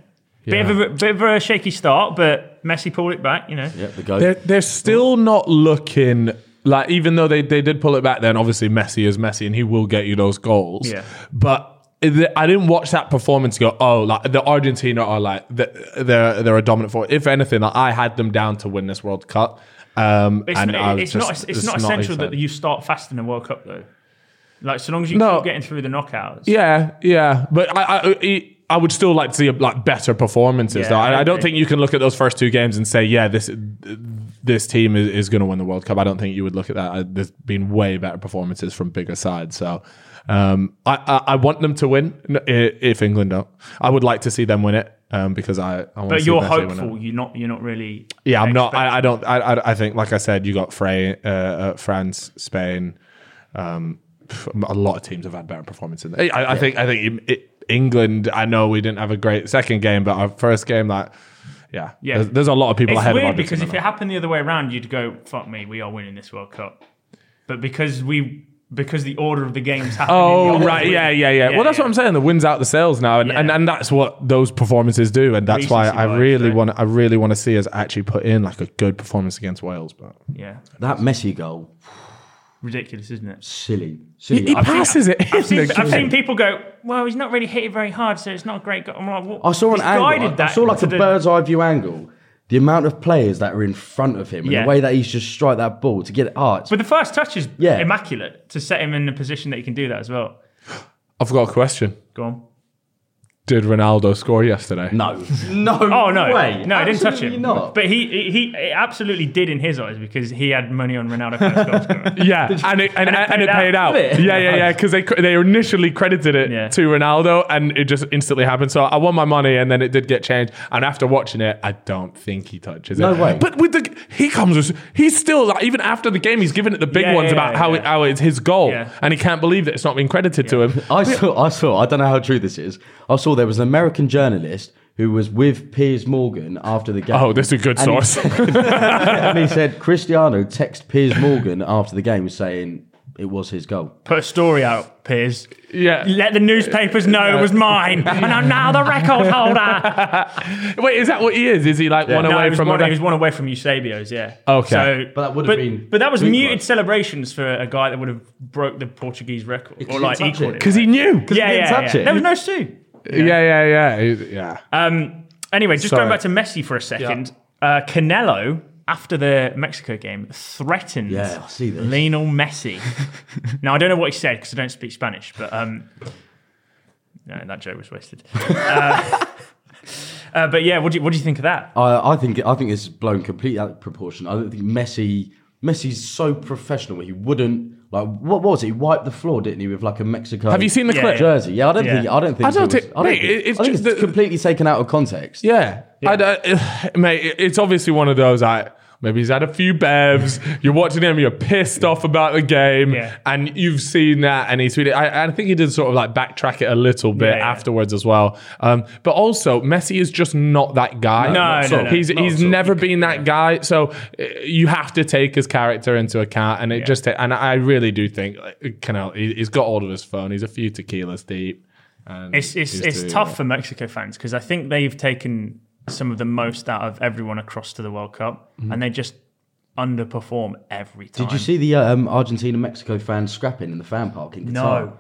Bit, of a, bit of a shaky start, but Messi pulled it back, you know.
Yep, the go.
They're, they're still not looking Like even though they, they did pull it back, then obviously Messi is Messi, and he will get you those goals.
Yeah.
But it- I didn't watch that performance. and Go oh, like the Argentina are like th- they're they're a dominant force. If anything, like, I had them down to win this World Cup. Um,
It's,
and I
not,
was
it's,
just-
not, it's
just
not essential
excited.
that you start fast in the World Cup, though. Like, so long as you
No.
keep getting through the knockouts.
Yeah, yeah, but I, I, I- I would still like to see like better performances.
Yeah,
though I,
I
I don't
agree.
think you can look at those first two games and say, yeah, this this team is, is going to win the World Cup. I don't think you would look at that. I, there's been way better performances from bigger sides. So um, I, I I want them to win. n- i- If England don't, I would like to see them win it um, because I. I wanna
But
see
you're
Messi win it.
hopeful. You're not. You're not really.
Yeah, I'm not.
expect-
I, I don't. I, I. I think, like I said, you got Frey, uh, uh, France, Spain. Um, pff, a lot of teams have had better performances. I, I, I think. I think it, it- England. I know we didn't have a great second game, but our first game, like, yeah,
Yeah.
There's, there's a lot of people
It's
ahead of
weird
Argentina
because if
now.
it happened the other way around, you'd go, "Fuck me, we are winning this World Cup." But because we, because the order of the games happened.
Oh
in the
right,
order-
yeah, yeah, yeah.
Yeah,
Well, that's
yeah.
what I'm saying. The wins out the sales now, and, and
Yeah.
and that's what those performances do, and that's why
Recency
I
bias,
really
right?
want. I really want to see us actually put in like a good performance against Wales. But
Yeah,
That Messi goal,
ridiculous, isn't it?
silly,
he,
silly.
he
I-
passes it.
I've seen,
in the
I've seen
game.
people go, "Well, he's not really hit it very hard, so it's not a great." Go-. I'm like, well,
I saw an
he's
angle.
guided
I- I
that
saw like
to
a
the-
bird's eye view angle. The amount of players that are in front of him and
Yeah.
the way that he's just strike that ball to get it. Oh, it's-
But the first touch is
Yeah.
immaculate to set him in a position that he can do that as well.
I've got a question.
Go on.
Did Ronaldo score yesterday?
no, no.
Oh no,
way.
no, it didn't touch
Absolutely
him.
Not.
But he, he, he it absolutely did in his eyes because he had money on Ronaldo first goal scorer.
Yeah, and it, and, and,
it
it paid
paid
out.
out.
Did it?
Yeah, yeah, yeah. Because they cr- they initially credited it
Yeah.
to Ronaldo, and it just instantly happened. So I won my money, and then it did get changed. And after watching it, I don't think he touches
No
it.
way.
But with the he comes, with, he's still like, even after the game, he's giving it the big
Yeah,
ones
yeah,
about
yeah,
how
yeah.
It, how it's his goal,
Yeah.
and he can't believe that it's not being credited to him.
I saw, I saw, I don't know how true this is. I saw there was an American journalist who was with Piers Morgan after the game.
Oh, this is a good
And he-
source.
and he said Cristiano texted Piers Morgan after the game saying it was his goal.
Put a story out, Piers.
Yeah.
Let the newspapers know it was mine, and I'm now the record holder.
Wait, is that what he is? Is he like one
no,
away
he was,
from
one,
a
he was one away from Eusebio's, yeah.
Okay.
But that would have been
But that was
league
muted
work.
celebrations for a guy that would have broke the Portuguese record
Because
or
he
like
didn't touch
equaled
it.
it.
Because he knew.
yeah,
didn't
yeah,
touch
yeah.
it.
There was no sue.
Yeah, yeah, yeah, yeah. yeah.
Um, anyway, just
Sorry.
going back to Messi for a second. Uh, Canelo, after the Mexico game, threatened
Yeah, I see this.
Lionel Messi. now, I don't know what he said because I don't speak Spanish, but um, no, that joke was wasted. uh, uh, but yeah, what do, you, what do you think of that?
I, I think I think it's blown completely out of proportion. I don't think Messi Messi's so professional he wouldn't like what was it? He wiped the floor, didn't he, with like a Mexico
Have you seen the
Yeah,
clip?
yeah.
jersey? Yeah, I don't
Yeah.
think I don't think
I don't
it was-
think-
I don't
mate,
think-
it- it's
I think
just
it's
the-
completely taken out of context.
Yeah, I don't- mate, it- it's obviously one of those. I maybe he's had a few bevs. You're watching him. You're pissed off about the game,
Yeah.
and you've seen that. And he tweeted. I, I think he did sort of like backtrack it a little bit
Yeah, yeah.
afterwards as well. Um, but also, Messi is just not that guy.
No, not at no, all. no,
he's
not
he's
at all.
never been that guy. So uh, you have to take his character into account, and it just. ta- And I really do think like, Canal. he- He's got all of his fun. He's a few tequilas deep. and
It's, it's,
he's
it's
doing
tough
it.
for Mexico fans because I think they've taken some of the most out of everyone across to the World Cup and they just underperform every time.
Mm-hmm. Did you see the um, Argentina Mexico fans scrapping in the fan park in Qatar?
No.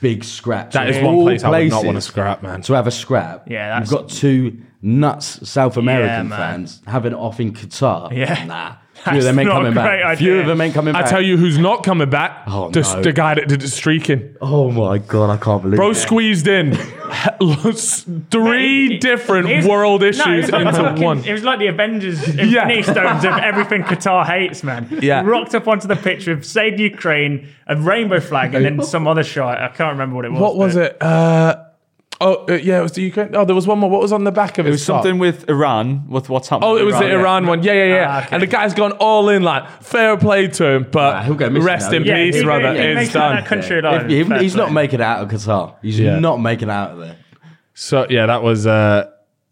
Big scrap.
That
Of
is one
all
place I would not
places
want to scrap, man.
To have a scrap.
Yeah,
You've
that's-
got two nuts South American
man.
fans having it off in Qatar.
Yeah.
Nah. Few
That's
of them ain't
not a
coming
great
back.
idea.
Few of them ain't coming
I
back.
tell you who's not coming back.
Oh,
the,
no.
the guy that did the streaking.
Oh my god, I can't believe
Bro
it.
squeezed in three different
It was-
world
no, it
issues
was like
into
fucking-
one.
It was like the Avengers
Yeah.
Infinity Stones of everything Qatar hates, man.
Yeah.
Rocked up onto the pitch with Save Ukraine, a rainbow flag, and then some other shot. I can't remember what it was.
What was
but-
it? Uh, oh, uh, yeah, it was the Ukraine. Oh, there was one more. What was on the back of it?
It was something with Iran, with what's happening.
Oh, it was
with
the Iran one. Yeah, yeah, yeah.
Ah, okay.
And the guy's gone all in, like, fair play to him, but
Nah, he'll go missing
rest
now.
in
Yeah,
peace,
he-
brother.
he- he
it's
makes
done.
that country
If-
alive.
he-
Fair
he's not
play.
making it out of Qatar. He's
Yeah.
not making it out of there.
So, yeah, that was, uh,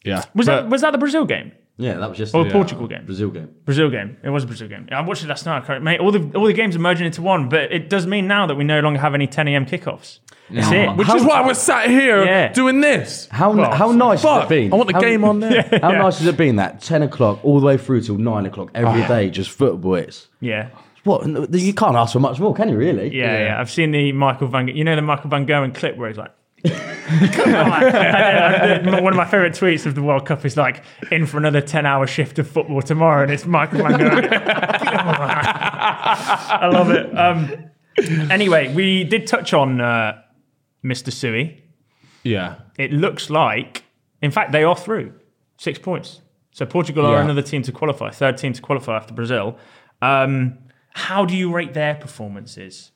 yeah.
Was
But-
that, was that the Brazil game
Yeah, that was just uh,
or Portugal game?
Brazil game.
Brazil game. It was a Brazil game. I watched it last night. I can't- Mate, all the all the games are merging into one, but it does mean now that we no longer have any 10 a.m. kickoffs. That's it.
Which is why we're sat here
Yeah.
doing this.
How
Well,
how nice has
Fuck,
it been?
I want the
How-
game on there.
How
Oh,
nice has it been that ten o'clock all the way through till nine o'clock every day, just football? It's
yeah.
What? n- You can't ask for much more, can you? Really?
Yeah, yeah, I've seen the Michael Van, you know, the Michael Van Gogh clip where he's like, Come on. And then uh, one of my favorite tweets of the World Cup is like, in for another 10 hour shift of football tomorrow, and it's Michael Van Gogh. Come on. I love it. Um, anyway, we did touch on uh, Mr. Sui.
Yeah.
It looks like, in fact, they are through six points. So Portugal are
Yeah.
another team to qualify, third team to qualify after Brazil. Um, how do you rate their performances?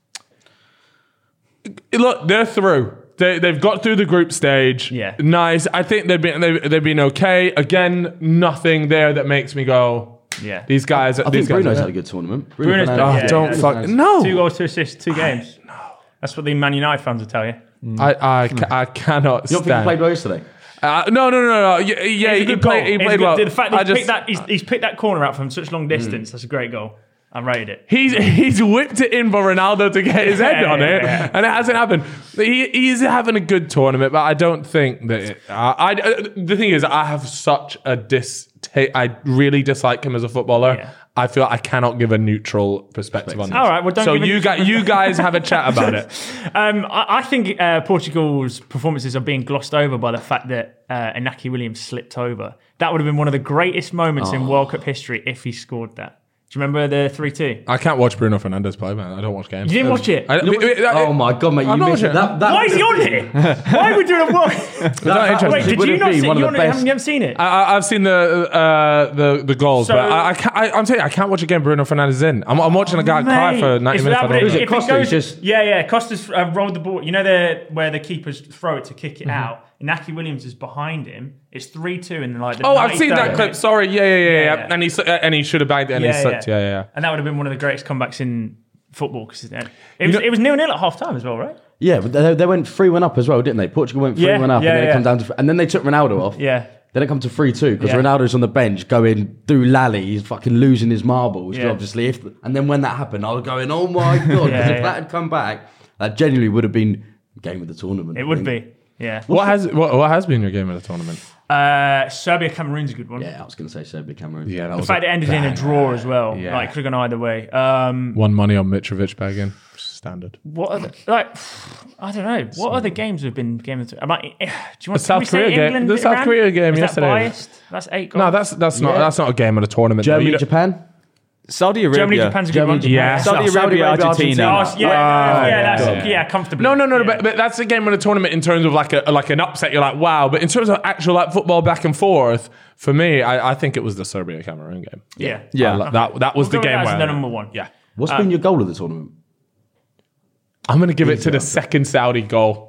Look, they're through. They, they've got through the group stage.
Yeah.
Nice. I think they've been they've, they've been okay. Again, nothing there that makes me go.
Yeah.
These guys.
I
these
think Bruno's
guys
had a good tournament.
Bruno's
Fernandes-
done-
Oh,
Yeah,
don't
yeah.
fuck. No.
Two goals, two assists, two games. That's what the Man United fans will tell you.
I, I, ca- I cannot
You don't think he
stand.
played well yesterday?
Uh, no, no, no, no. Yeah, yeah he, played, he
It's
played
good.
well.
The fact that
I
he's,
Hmm. just-
picked that, he's, he's picked that corner out from such long distance, that's a great goal. I rated it.
He's he's whipped it in for Ronaldo to get his head
Yeah,
on it,
yeah.
and it hasn't happened. He he's having a good tournament, but I don't think that. It, I, I uh, the thing is, I have such a dis. I really dislike him as a footballer.
Yeah.
I feel I cannot give a neutral perspective on this.
All right, well, don't
so
give a
you
neutral-
guys you guys have a chat about it.
Um, I, I think uh, Portugal's performances are being glossed over by the fact that uh, Inaki Williams slipped over. That would have been one of the greatest moments
Oh.
in World Cup history if he scored that. Do you remember the 3 2?
I can't watch Bruno Fernandez play, man. I don't watch games.
You didn't watch it?
I,
Oh my god, mate! You
I'm not
missed
sure.
it. That, that
Why is he on here? Why would you have watched?
that-
interesting.
Wait,
It
did
would
you
have
not
been
see? You
one of the
haven't, you
best-
haven't seen it?
I, I- I've seen the uh, the the goals,
So-
but I, I can't, I, I'm telling you, I can't watch a game Bruno Fernandez is in. I'm, I'm watching a guy cry
Mate,
for 90
if
minutes.
that
I
would-
don't know.
it Costa?
goes-
He's just-
yeah, yeah. Costa's uh, rolled the ball. You know the where the keepers throw it to kick it
Mm-hmm.
out. Naki Williams is behind him. It's three two in like. The
Oh, I've seen
93rd
that clip.
minute.
Sorry, yeah, yeah, yeah, yeah.
yeah.
And he sl- uh, and he should have bagged it, and he slipped. Yeah, yeah. yeah.
And that would have been one of the greatest comebacks in football because it, it was
know-
it was nil nil at half time as well, right?
Yeah, but they, they went three one up as well, didn't they? Portugal went three
Yeah,
one up,
yeah,
and then
yeah.
it come down to, and then they took Ronaldo off.
Yeah.
Then it come to three two because
Yeah.
Ronaldo's on the bench going through Lally. He's fucking losing his marbles,
Yeah.
obviously. If and then when that happened, I was going, "Oh my god!" Because
Yeah,
if
yeah.
that had come back, that genuinely would have been game of the tournament.
It would be. Yeah.
What has what, what has been your game of the tournament?
Uh, Serbia Cameroon's a good one.
Yeah, I was going to say Serbia Cameroon.
that
In fact, it ended in a draw as well.
Yeah.
Like could have gone either way. Um,
One money on Mitrovic bagging. Standard.
What other, like I don't know. What other games have been game of the? Am I, eh, do you want
The South
can we say
Korea game-
England,
the South
Iran?
Korea game
Is that
yesterday.
biased? That's eight. Goals.
No, that's that's not
Yeah.
that's not a game of the tournament. though. You
Germany,
don't-
Japan.
Saudi Arabia.
Germany, Japan's a good
Germany,
one.
Japan.
Yeah.
Saudi Arabia,
Saudi Arabia,
Argentina.
Oh,
Argentina.
yeah, yeah, yeah, that's,
God.
yeah, comfortably.
No, no, no,
Yeah.
But, but that's a game of the tournament in terms of like a like an upset. You're like, wow. But in terms of actual like football back and forth, for me, I, I think it was the Serbia Cameroon game.
yeah,
I
Yeah.
like- that that was
We'll
the
go with
game
that as
where
the number one.
Yeah,
Uh,
What's been your goal of the tournament?
I'm gonna give it to the second Saudi goal.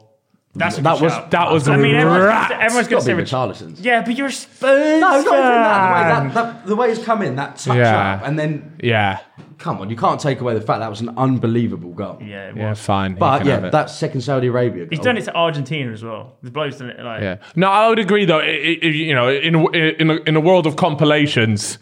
That's a
That
good
was-
shout.
That was
I mean, everyone's,
rats.
everyone's
Got
going
to be
to say.
Richarlison's.
Yeah, but you're a Spurs.
No, not even that. The
fan.
way, that, that, the way it's come in, that touch
Yeah.
up, and then
Yeah,
come on, you can't take away the fact that was an unbelievable goal.
Yeah, it
yeah,
was.
fine. you
But
can
yeah,
have it.
that second Saudi Arabia. Goal,
He's done it to Argentina as well. The bloke's done it like.
Yeah. No, I would agree though. i- i- If, you know, in a- in a, in a world of compilations,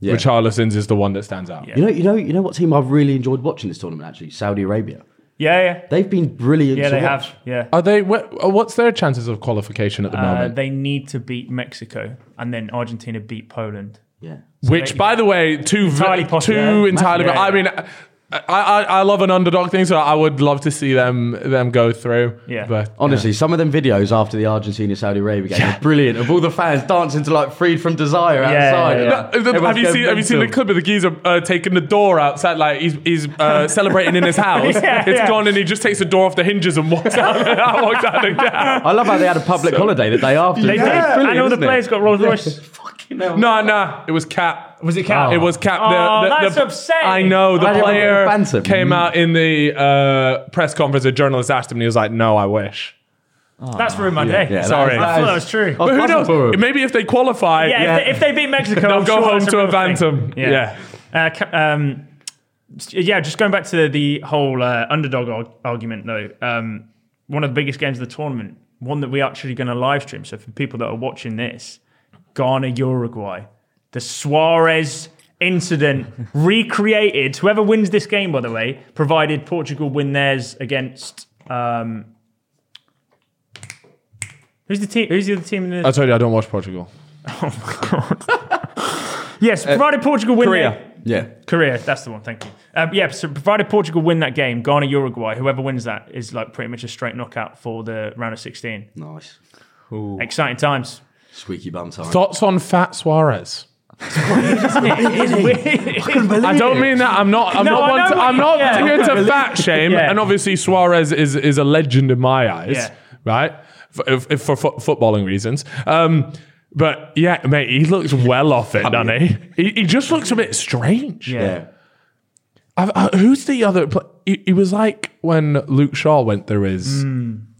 Yeah.
Richarlison's is the one that stands out.
You know, you know, you know what team I've really enjoyed watching this tournament actually, Saudi Arabia.
yeah, yeah,
They've been brilliant.
yeah.
to
They
watch.
have. Yeah.
Are they? wh- What's their chances of qualification at the
Uh,
moment?
they need to beat Mexico, and then Argentina beat Poland.
Yeah.
Which, by the way,
Entirely
two entirely
possible.
two
Yeah.
entirely.
Yeah.
I mean, I, I I love an underdog thing, so I would love to see them them go through.
Yeah.
But
Honestly, some of them videos after the Argentina Saudi Arabia game are brilliant. Of all the fans dancing to like "Freed from Desire"
yeah,
outside.
yeah.
like,
No, have
everyone's
you
going
seen Have you seen the
mental.
clip of the geezer uh, taking the door outside? Like he's he's uh, celebrating in his house.
Yeah,
It's
yeah.
gone, and he just takes the door off the hinges and walks out. walks out the gap.
I love how they had a public holiday the day after.
They
It's
did.
brilliant,
And all the
isn't it?
players got Rolls Royce.
No, no, it was Cap.
Was Oh, it Cap?
It was Cap.
Oh, that's upsetting.
I know the
I don't
player
want to be phantom.
came out in the uh, press conference. A journalist asked him, and he was like, "No, I wish."
That's ruined my day.
Yeah, that
Sorry.
is-
I thought that was true.
I was
But who
buzzing for 'em.
knows? Maybe if they qualify,
Yeah, If, they, if they beat Mexico,
They'll
I'm
go
sure
home
that's
to a
real thing.
Bantam.
Yeah. Uh, ca- um, s- yeah, just going back to the whole uh, underdog arg- argument, though. Um, one of the biggest games of the tournament, one that we're actually going to live stream. So for people that are watching this, Ghana Uruguay, the Suarez incident recreated. Whoever wins this game, by the way, provided Portugal win theirs against. Um, Who's the team? Who's the other team in the?
I told you I don't watch Portugal.
Yes, provided Portugal win
Korea.
uh,
their-
Yeah.
Korea, that's the one. Thank you. Um, yeah, so provided Portugal win that game, Ghana, Uruguay, whoever wins that is like pretty much a straight knockout for the round of 16.
Nice.
Exciting times.
Squeaky bum time.
Thoughts on Fat Suarez?
It's weird.
I don't mean that. I'm not. I'm
No,
not.
I
One
know
to,
what
I'm
you-
not
yeah.
here to fat shame.
Yeah.
And obviously, Suarez is is a legend in my eyes,
Yeah.
right? For, if, if for fo- footballing reasons. Um, but yeah, mate, he looks well off it, doesn't he? he? He just looks a bit strange.
yeah.
I've, I, who's the other? Pl- he, he was like when Luke Shaw went through his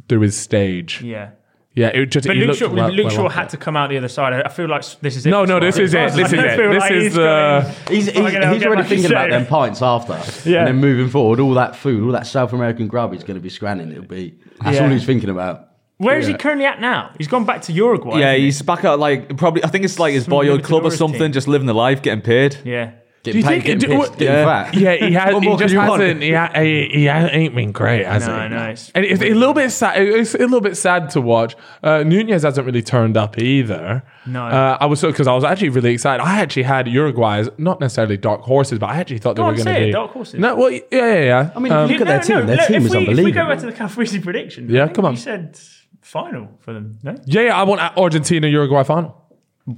through his stage. Yeah,
Hmm. yeah.
it just.
But
he
Luke
looked
Shaw,
well-
Luke
well
Shaw
off
had
it.
to come out the other side. I- I feel like s- this is it.
No,
for
no,
Suarez.
this is it. This is
I feel
it. This
like
is
he's
the.
He's, he's,
Fucking hell,
he's
get
already
back
thinking
to
about
shape.
them pints after.
Yeah.
And then moving forward, all that food, all that South American grub is going to be scranning. It'll be. That's
Yeah.
all he's thinking about.
Where is he currently at now? He's gone back to Uruguay.
Yeah,
hasn't he?
he's back at like probably. I think it's like his
Some
boyhood club or
Libertadores
something,
team.
just living the life, getting paid.
yeah.
Getting
Do you
paid,
think-
getting
do-
pissed,
what-
getting
Yeah.
fat.
Yeah, he has.
What
He
more
just
could you want?
hasn't. He, ha- he, he ha- ain't been great, has
No,
he?
no, it's-
and it's a little bit sad. It's a little bit sad to watch. Uh, Nunez hasn't really turned up either.
No.
uh, I was so because I was actually really excited. I actually had Uruguay as not necessarily dark horses, but I actually thought they
Go
were
on,
going
say
to
it,
be
dark horses.
No, well, yeah, yeah, yeah.
I mean, if you look at their team. their
Um, look,
team
if
is
we, If we go
unbelievable.
back to the Calfrisi prediction, I
Yeah,
think
come on.
You said final for them, no?
yeah, yeah. I want Argentina Uruguay final.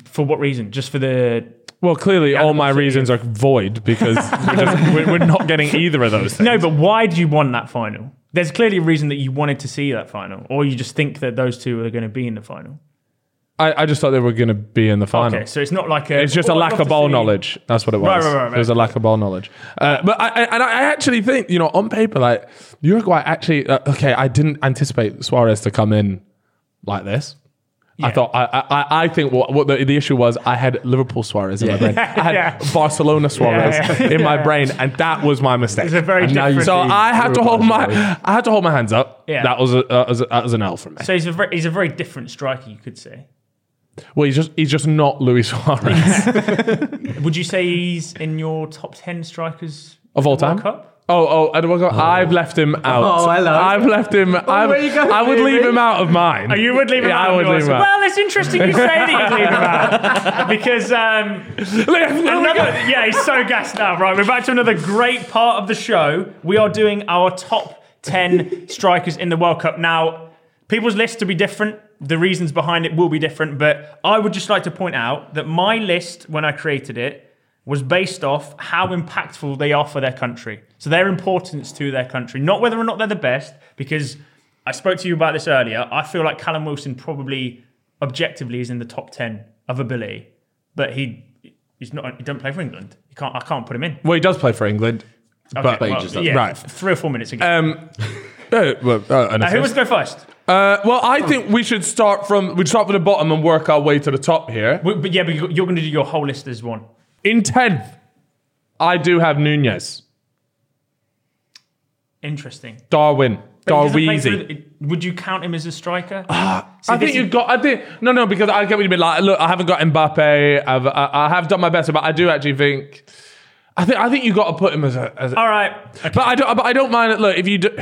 For what reason? Just for the
Well, clearly, all my
absolutely.
reasons are void because we're, just, we're, we're not getting either of those. Things.
no, but why do you want that final? There's clearly a reason that you wanted to see that final, or you just think that those two are going to be in the final.
I, I just thought they were going to be in the final.
Okay, so it's not like a.
It's just
"Oh,
a
I'd
lack
love
of
to
ball
see-"
knowledge. That's what it was.
Right, right, right, right.
It was a lack of ball knowledge. Uh, but I, I, and I actually think, you know, on paper, like Uruguay actually, uh, okay, I didn't anticipate Suarez to come in like this. I
Yeah.
thought I I, I think what, what the, the issue was I had Liverpool Suarez in my
Yeah.
brain I had
Yeah.
Barcelona Suarez
Yeah, yeah.
in my brain and that was my mistake
It's a very
now you
different.
so
see
I had to
Uruguay
hold my
Suarez.
I had to hold my hands up
Yeah.
that was a, uh, as a, that was an L for me
So he's a very, he's a very different striker, you could say.
well he's just he's just not Luis Suarez
Would you say he's in your top ten strikers
Of all
at the World
time?
Cup?
Oh, oh, Edward Go- I've left him out.
Oh, hello.
I've left him. I've,
where you going,
I would leave
baby?
him out of mine.
Oh, you would leave him
yeah,
out.
I would
yours.
leave him out.
Well, it's interesting you say that you'd leave him out because um, Another- yeah, he's so gassed now. Right, we're back to another great part of the show. We are doing our top 10 strikers in the World Cup. Now, people's lists will be different. The reasons behind it will be different. But I would just like to point out that my list, when I created it, was based off how impactful they are for their country. So their importance to their country, not whether or not they're the best, because I spoke to you about this earlier. I feel like Callum Wilson probably objectively is in the top 10 of ability, but he he's not he doesn't play for England. He can't I can't put him in.
well, he does play for England.
Okay,
But,
he just doesn't.
yeah,
Right.
Three or four minutes ago.
um, uh, well, uh, an
Uh, who
assist.
wants to go first?
Uh, well, I think we should start from we start from the bottom and work our way to the top here.
We- but yeah, but you- you're going to do your whole list as one.
In tenth, I do have Nunez,
Interesting.
Darwin,
But he doesn't play
Darweezy.
for the- Would you count him as a striker?
I think
this
you've
is-
got. I think no, no, because I get what you mean. Like, look, I haven't got Mbappe. I've, I, I have done my best, but I do actually think. I think I think you got to put him as a. As a
All right.
But I don't. But I don't mind. it. Look, if you do,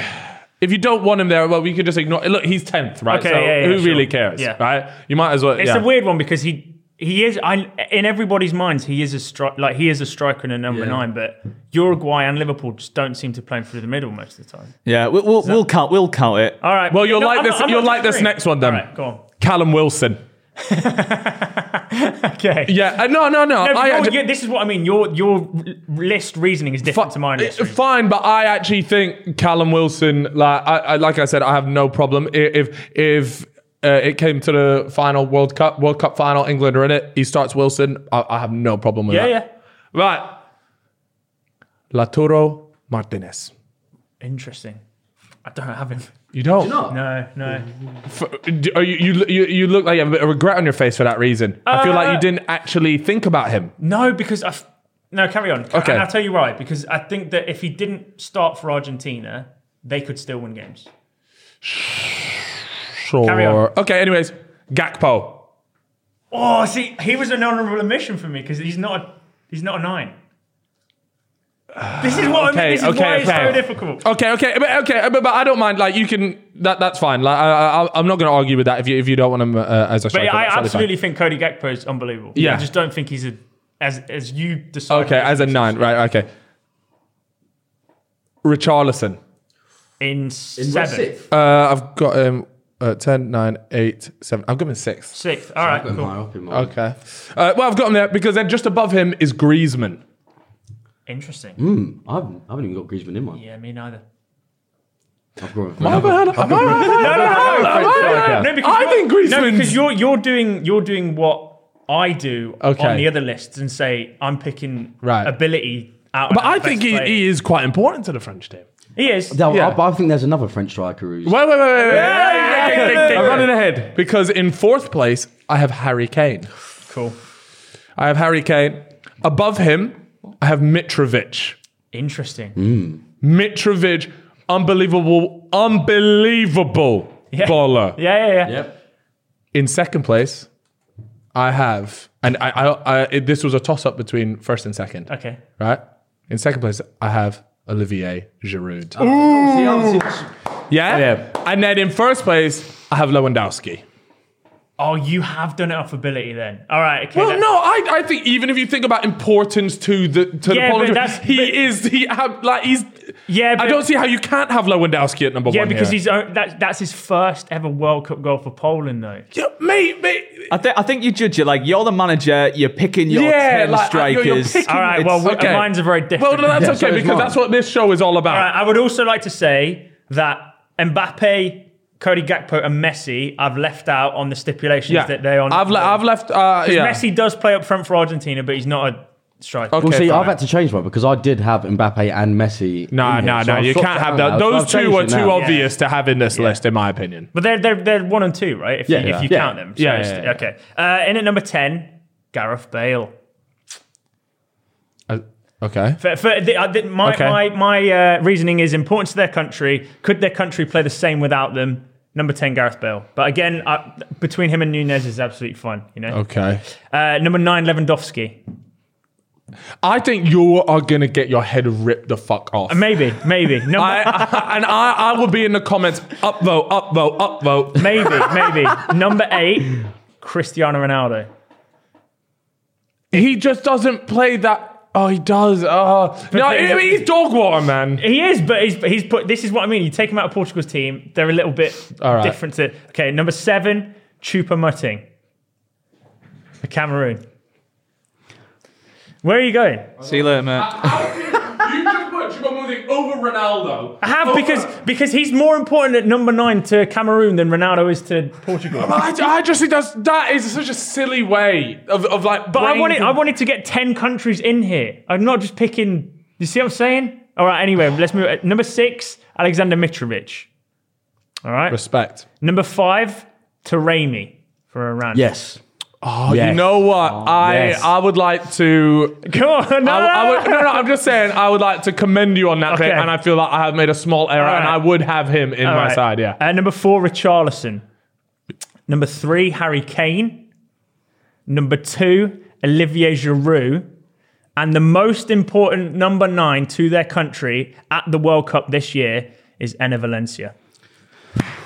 if you don't want him there, well, we could just ignore. Look, he's tenth, right?
Okay,
so
yeah, yeah,
who
sure.
really cares?
Yeah.
Right. You might as well.
It's
yeah.
a weird one because he he is I in everybody's minds he is a stri- like he is a striker and a number nine, but Uruguay and Liverpool just don't seem to play him through the middle most of the time.
Yeah, we'll we'll, we'll count we'll count it.
All right.
Well, you'll like
I'm
this-
I'm
you'll like this
disagreeing.
next one then.
All right, go on.
Callum Wilson.
Okay.
Yeah. uh, no, no,
No,
no.
but
I
your-
actually,
your- this is what I mean. Your your list reasoning is different to mine.
Fi- uh,
List reasoning.
Fine, but I actually think Callum Wilson. Like I, I like I said, I have no problem I- if if. Uh, it came to the final World Cup, World Cup final. England are in it. He starts Wilson. I, I have no problem with
yeah,
that.
yeah.
Right. Laturo Martinez.
Interesting. I don't have him.
You don't.
No, no.
F- do- Are you, you, you, you look like you have a bit of regret on your face for that reason. I feel like you
Uh,
didn't actually think about him.
No, because I. F- no, carry on.
Okay.
And I'll tell you why. Because I think that if he didn't start for Argentina, they could still win games.
Sure.
Carry on.
Okay, anyways, Gakpo.
Oh, see, he was an honourable omission for me because he's not. A, he's not a nine. This is what I
okay,
mean. This is
okay,
why it's
okay. Oh,
so difficult.
Okay, okay, but, okay, but, but I don't mind. Like you can, that that's fine. Like I, I, I'm not going to argue with that. If you if you don't want him uh, as a
But
striker,
yeah, I
that's totally fine.
absolutely think Cody Gakpo is unbelievable.
Yeah.
I just don't think he's a as as you decide.
Okay, as a nine, right? Okay. Richarlison.
in, seventh,
Sixth.
Uh, I've got him uh, 10, 9, 8, 7. I've got him in sixth.
sixth. All right, cool.
High up in mine.
Okay. Uh, well, I've got him there because then just above him is Griezmann.
Interesting.
Hmm.
Hmm, I haven't, I haven't even got Griezmann in mine.
Yeah, me neither.
I've got
No, because
I
you're-
think
No,
Griezmann's-
because you're you're doing you're doing what I do
Okay.
on the other lists and say I'm picking
Right.
ability out.
But I think he, he is quite important to the French team.
he is.
No,
Yeah.
I, but I think there's another French striker who's.
Wait, wait, wait, wait, wait.
I'm running ahead.
Because in fourth place, I have Harry Kane.
Cool.
I have Harry Kane. Above him, I have Mitrovic.
Interesting.
Hmm. Mitrovic, unbelievable, unbelievable baller.
Yeah, yeah, yeah.
Yep.
In second place, I have, and I, I, I it, this was a toss up between first and second,
Okay.
right? In second place, I have Olivier Giroud.
Oh,
See, I'm-
yeah?
Yeah.
And then in first place, I have Lewandowski.
Oh, you have done it off ability then. All right. Okay.
Well,
that-
no, I, I think even if you think about importance to the to
Yeah, but
the Polish,
that's-
he
but-
is he have, like he's.
Yeah,
I
but-
don't see how you can't have Lewandowski at number
Yeah,
one.
because
here.
he's uh, that, that's his first ever World Cup goal for Poland though.
Yeah, mate, mate.
I, thi- I think you judge it like you're the manager, you're picking your
Yeah,
10
like, I-
strikers.
you're- you're picking-
All right.
It's-
Well, we-
okay.
mine's are very different.
Well, no, that's
so
okay
is
because
mine.
that's what this show is all about.
All right, I would also like to say that Mbappe, Cody Gakpo, and Messi, I've left out on the stipulations
yeah,
that they're on.
I've, le- I've left. Uh, yeah.
Messi does play up front for Argentina, but he's not a striker.
Okay.
Well, see,
fine.
I've had to change mine because I did have Mbappe and Messi.
No,
in
no,
here, so
no.
I've
You
swapped
can't
it
have
out
those.
now, so I've
Those two
changed
are
it
too
now.
obvious to have in this list, in my opinion.
But they're, they're, they're one and two, right? If, you,
Yeah,
if you
yeah.
count them. So
Yeah,
it's-
yeah, yeah.
Okay. Uh, in at number 10, Gareth Bale.
Uh,
okay.
For, for the, I did- my,
Okay.
my, my uh, reasoning is importance to their country. Could their country play the same without them? Number 10, Gareth Bale. But again, I, between him and Nunez is absolutely fine, you know?
Okay.
Uh, number nine, Lewandowski.
I think you are gonna get your head ripped the fuck off.
Maybe, maybe. Number,
I, and I, I will be in the comments. Upvote, upvote, upvote.
Maybe, maybe. Number eight, Cristiano Ronaldo.
He just doesn't play that. Oh, he does. Oh, no, I mean, he's dog water, man.
He is, but he's, he's put. This is what I mean. You take him out of Portugal's team, they're a little bit
All right.
different. To, okay, number seven, Chupa Mutting, the Cameroon. Where are you going?
See you later, mate.
You just put Chubamuthing over Ronaldo.
I have because because he's more important at number nine to Cameroon than Ronaldo is to Portugal. But
I, I just think that's that is such a silly way of, of like. But
I wanted I wanted to get ten countries in here. I'm not just picking. You see what I'm saying? All right. Anyway, let's move. uh, Number six, Alexander Mitrovic. All right.
respect.
Number five, Taremi for Iran.
Yes.
Oh, you know what? I
yes.
I would like to.
Come on. No,
I, I
no,
would, no, no, I'm just saying I would like to commend you on that
Okay.
bit, and I feel like I have made a small error,
All right.
and I would have him in
All
my
right.
side. Yeah.
Uh, number four, Richarlison. Number three, Harry Kane. Number two, Olivier Giroud. And the most important number nine to their country at the World Cup this year is Enna Valencia.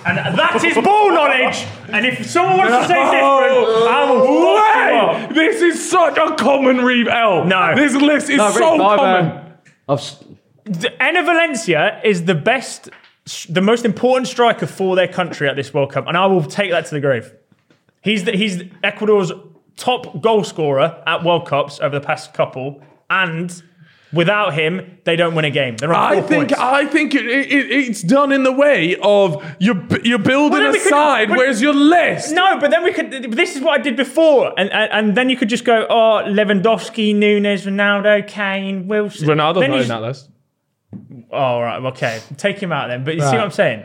And that is ball knowledge. And if someone wants to say different, I will fuck you up.
Way! This is such a common Reeve L.
No.
This list is
Rick,
so
bye,
common.
um,
man. I've, s-
Enna Valencia is the best, the most important striker for their country at this World Cup, and I will take that to the grave. He's the, he's Ecuador's top goal scorer at World Cups over the past couple, and without him, they don't win a game. They're on
I
four
think
points.
I think it, it, it- it's done in the way of you're b- you're building
Well, then
a
we could-
side.
but-
where's your list?
no, but then we could. This is what I did before, and, and and then you could just go, oh, Lewandowski, Nunes, Ronaldo, Kane, Wilson, Then you just-
list.
Oh, all right, okay, take him out then. But you see what I'm saying?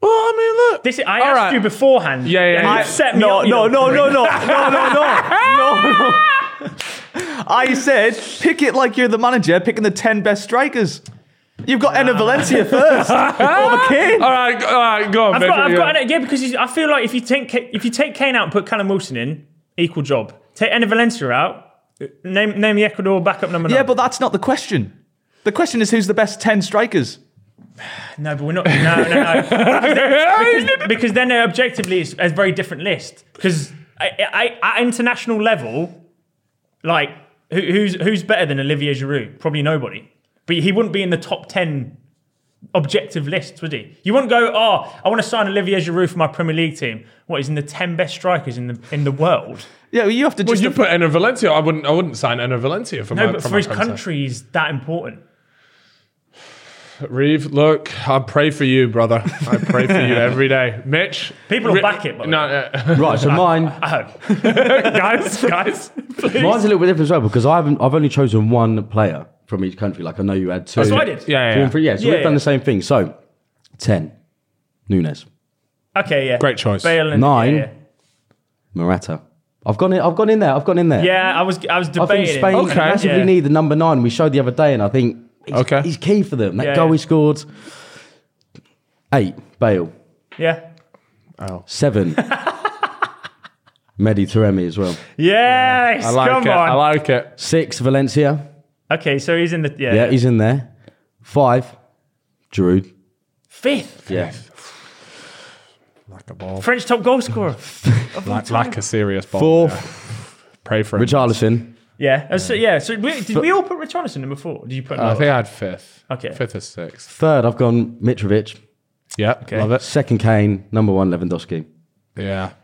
Well, I mean, look.
This is, I
All
asked
right.
you beforehand.
Yeah, yeah,
and
yeah.
you set me
no,
up, you
no,
know.
no, no, no, no, no, no, no, no. I said, pick it like you're the manager, picking the 10 best strikers. You've got Enna Valencia first. over Kane.
all right, all right, go on.
I've
Ben,
got, I've
yeah.
got an, yeah, because he's- I feel like if you take Ka- if you take Kane out and put Callum Wilson in, equal job. Take Enna Valencia out, name name the Ecuador backup number nine.
Yeah, but that's not the question. The question is who's the best 10 strikers?
no, but we're not. No, no, no. Because then- because, because then uh, objectively it's a very different list. Because I, I, at international level, like who, who's who's better than Olivier Giroud? Probably nobody. But he wouldn't be in the top ten objective lists, would he? You wouldn't go, oh, I want to sign Olivier Giroud for my Premier League team. What, he's in the 10 best strikers in the in the world?
Yeah, well, you have to
Well,
just.
you put Enner Valencia. I wouldn't. I wouldn't sign Enner Valencia for
No,
my.
but for
for, Uh, my
his
concept.
country, he's that important.
Reeve, look, I pray for you, brother. I pray for you every day, Mitch.
People will
Re-
back it, by the
No, uh,
Right, so mine,
guys, guys, please.
mine's a little bit different as well because I haven't, I've only chosen one player from each country. Like I know you had two.
That's what I did.
yeah, yeah,
Two
yeah.
and three, yeah. So
Yeah,
we've done
yeah.
the same thing. So, 10, Nunes.
Okay, yeah.
Great choice.
Bale and
Nine.
Yeah,
Morata. I've gone in, I've gone in there. I've gone in there.
yeah. Yeah, I was, I was
I think
debating.
Spain
Okay.
massively
Yeah.
need the number nine we showed the other day, and I think he's,
Okay.
he's key for them. That
Yeah,
goal
yeah.
he scored. Eight, Bale.
Yeah,
Seven, Mehdi Taremi as well.
yes.
I like
come
it.
on.
I like it.
Six, Valencia.
okay, so he's in the yeah.
Yeah, he's in there. Five, Giroud.
fifth
Yeah.
Like a ball.
French top goal scorer.
Like, like a serious ball.
Fourth,
Pray for him.
Richarlison.
Yeah. uh, So yeah. So we, did we all put Richarlison number four? Did you put?
Uh, I
another
think I had fifth.
Okay.
Fifth or sixth.
Third, I've gone Mitrovic.
Yeah. Love it.
Second, Kane. Number one, Lewandowski.
Yeah.
one?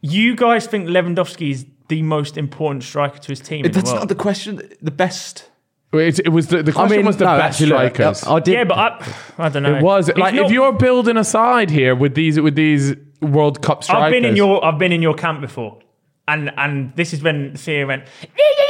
You guys think Lewandowski is the most important striker to his team? in the
That's
world.
not the question. The best.
It, it was the, the question was the
no,
best
actually, look,
strikers.
I, I did.
Yeah, but I, I don't know.
it was
He's
like
not-
if you're building a side here with these with these World Cup strikers.
I've been in your I've been in your camp before. And and this is when Thea went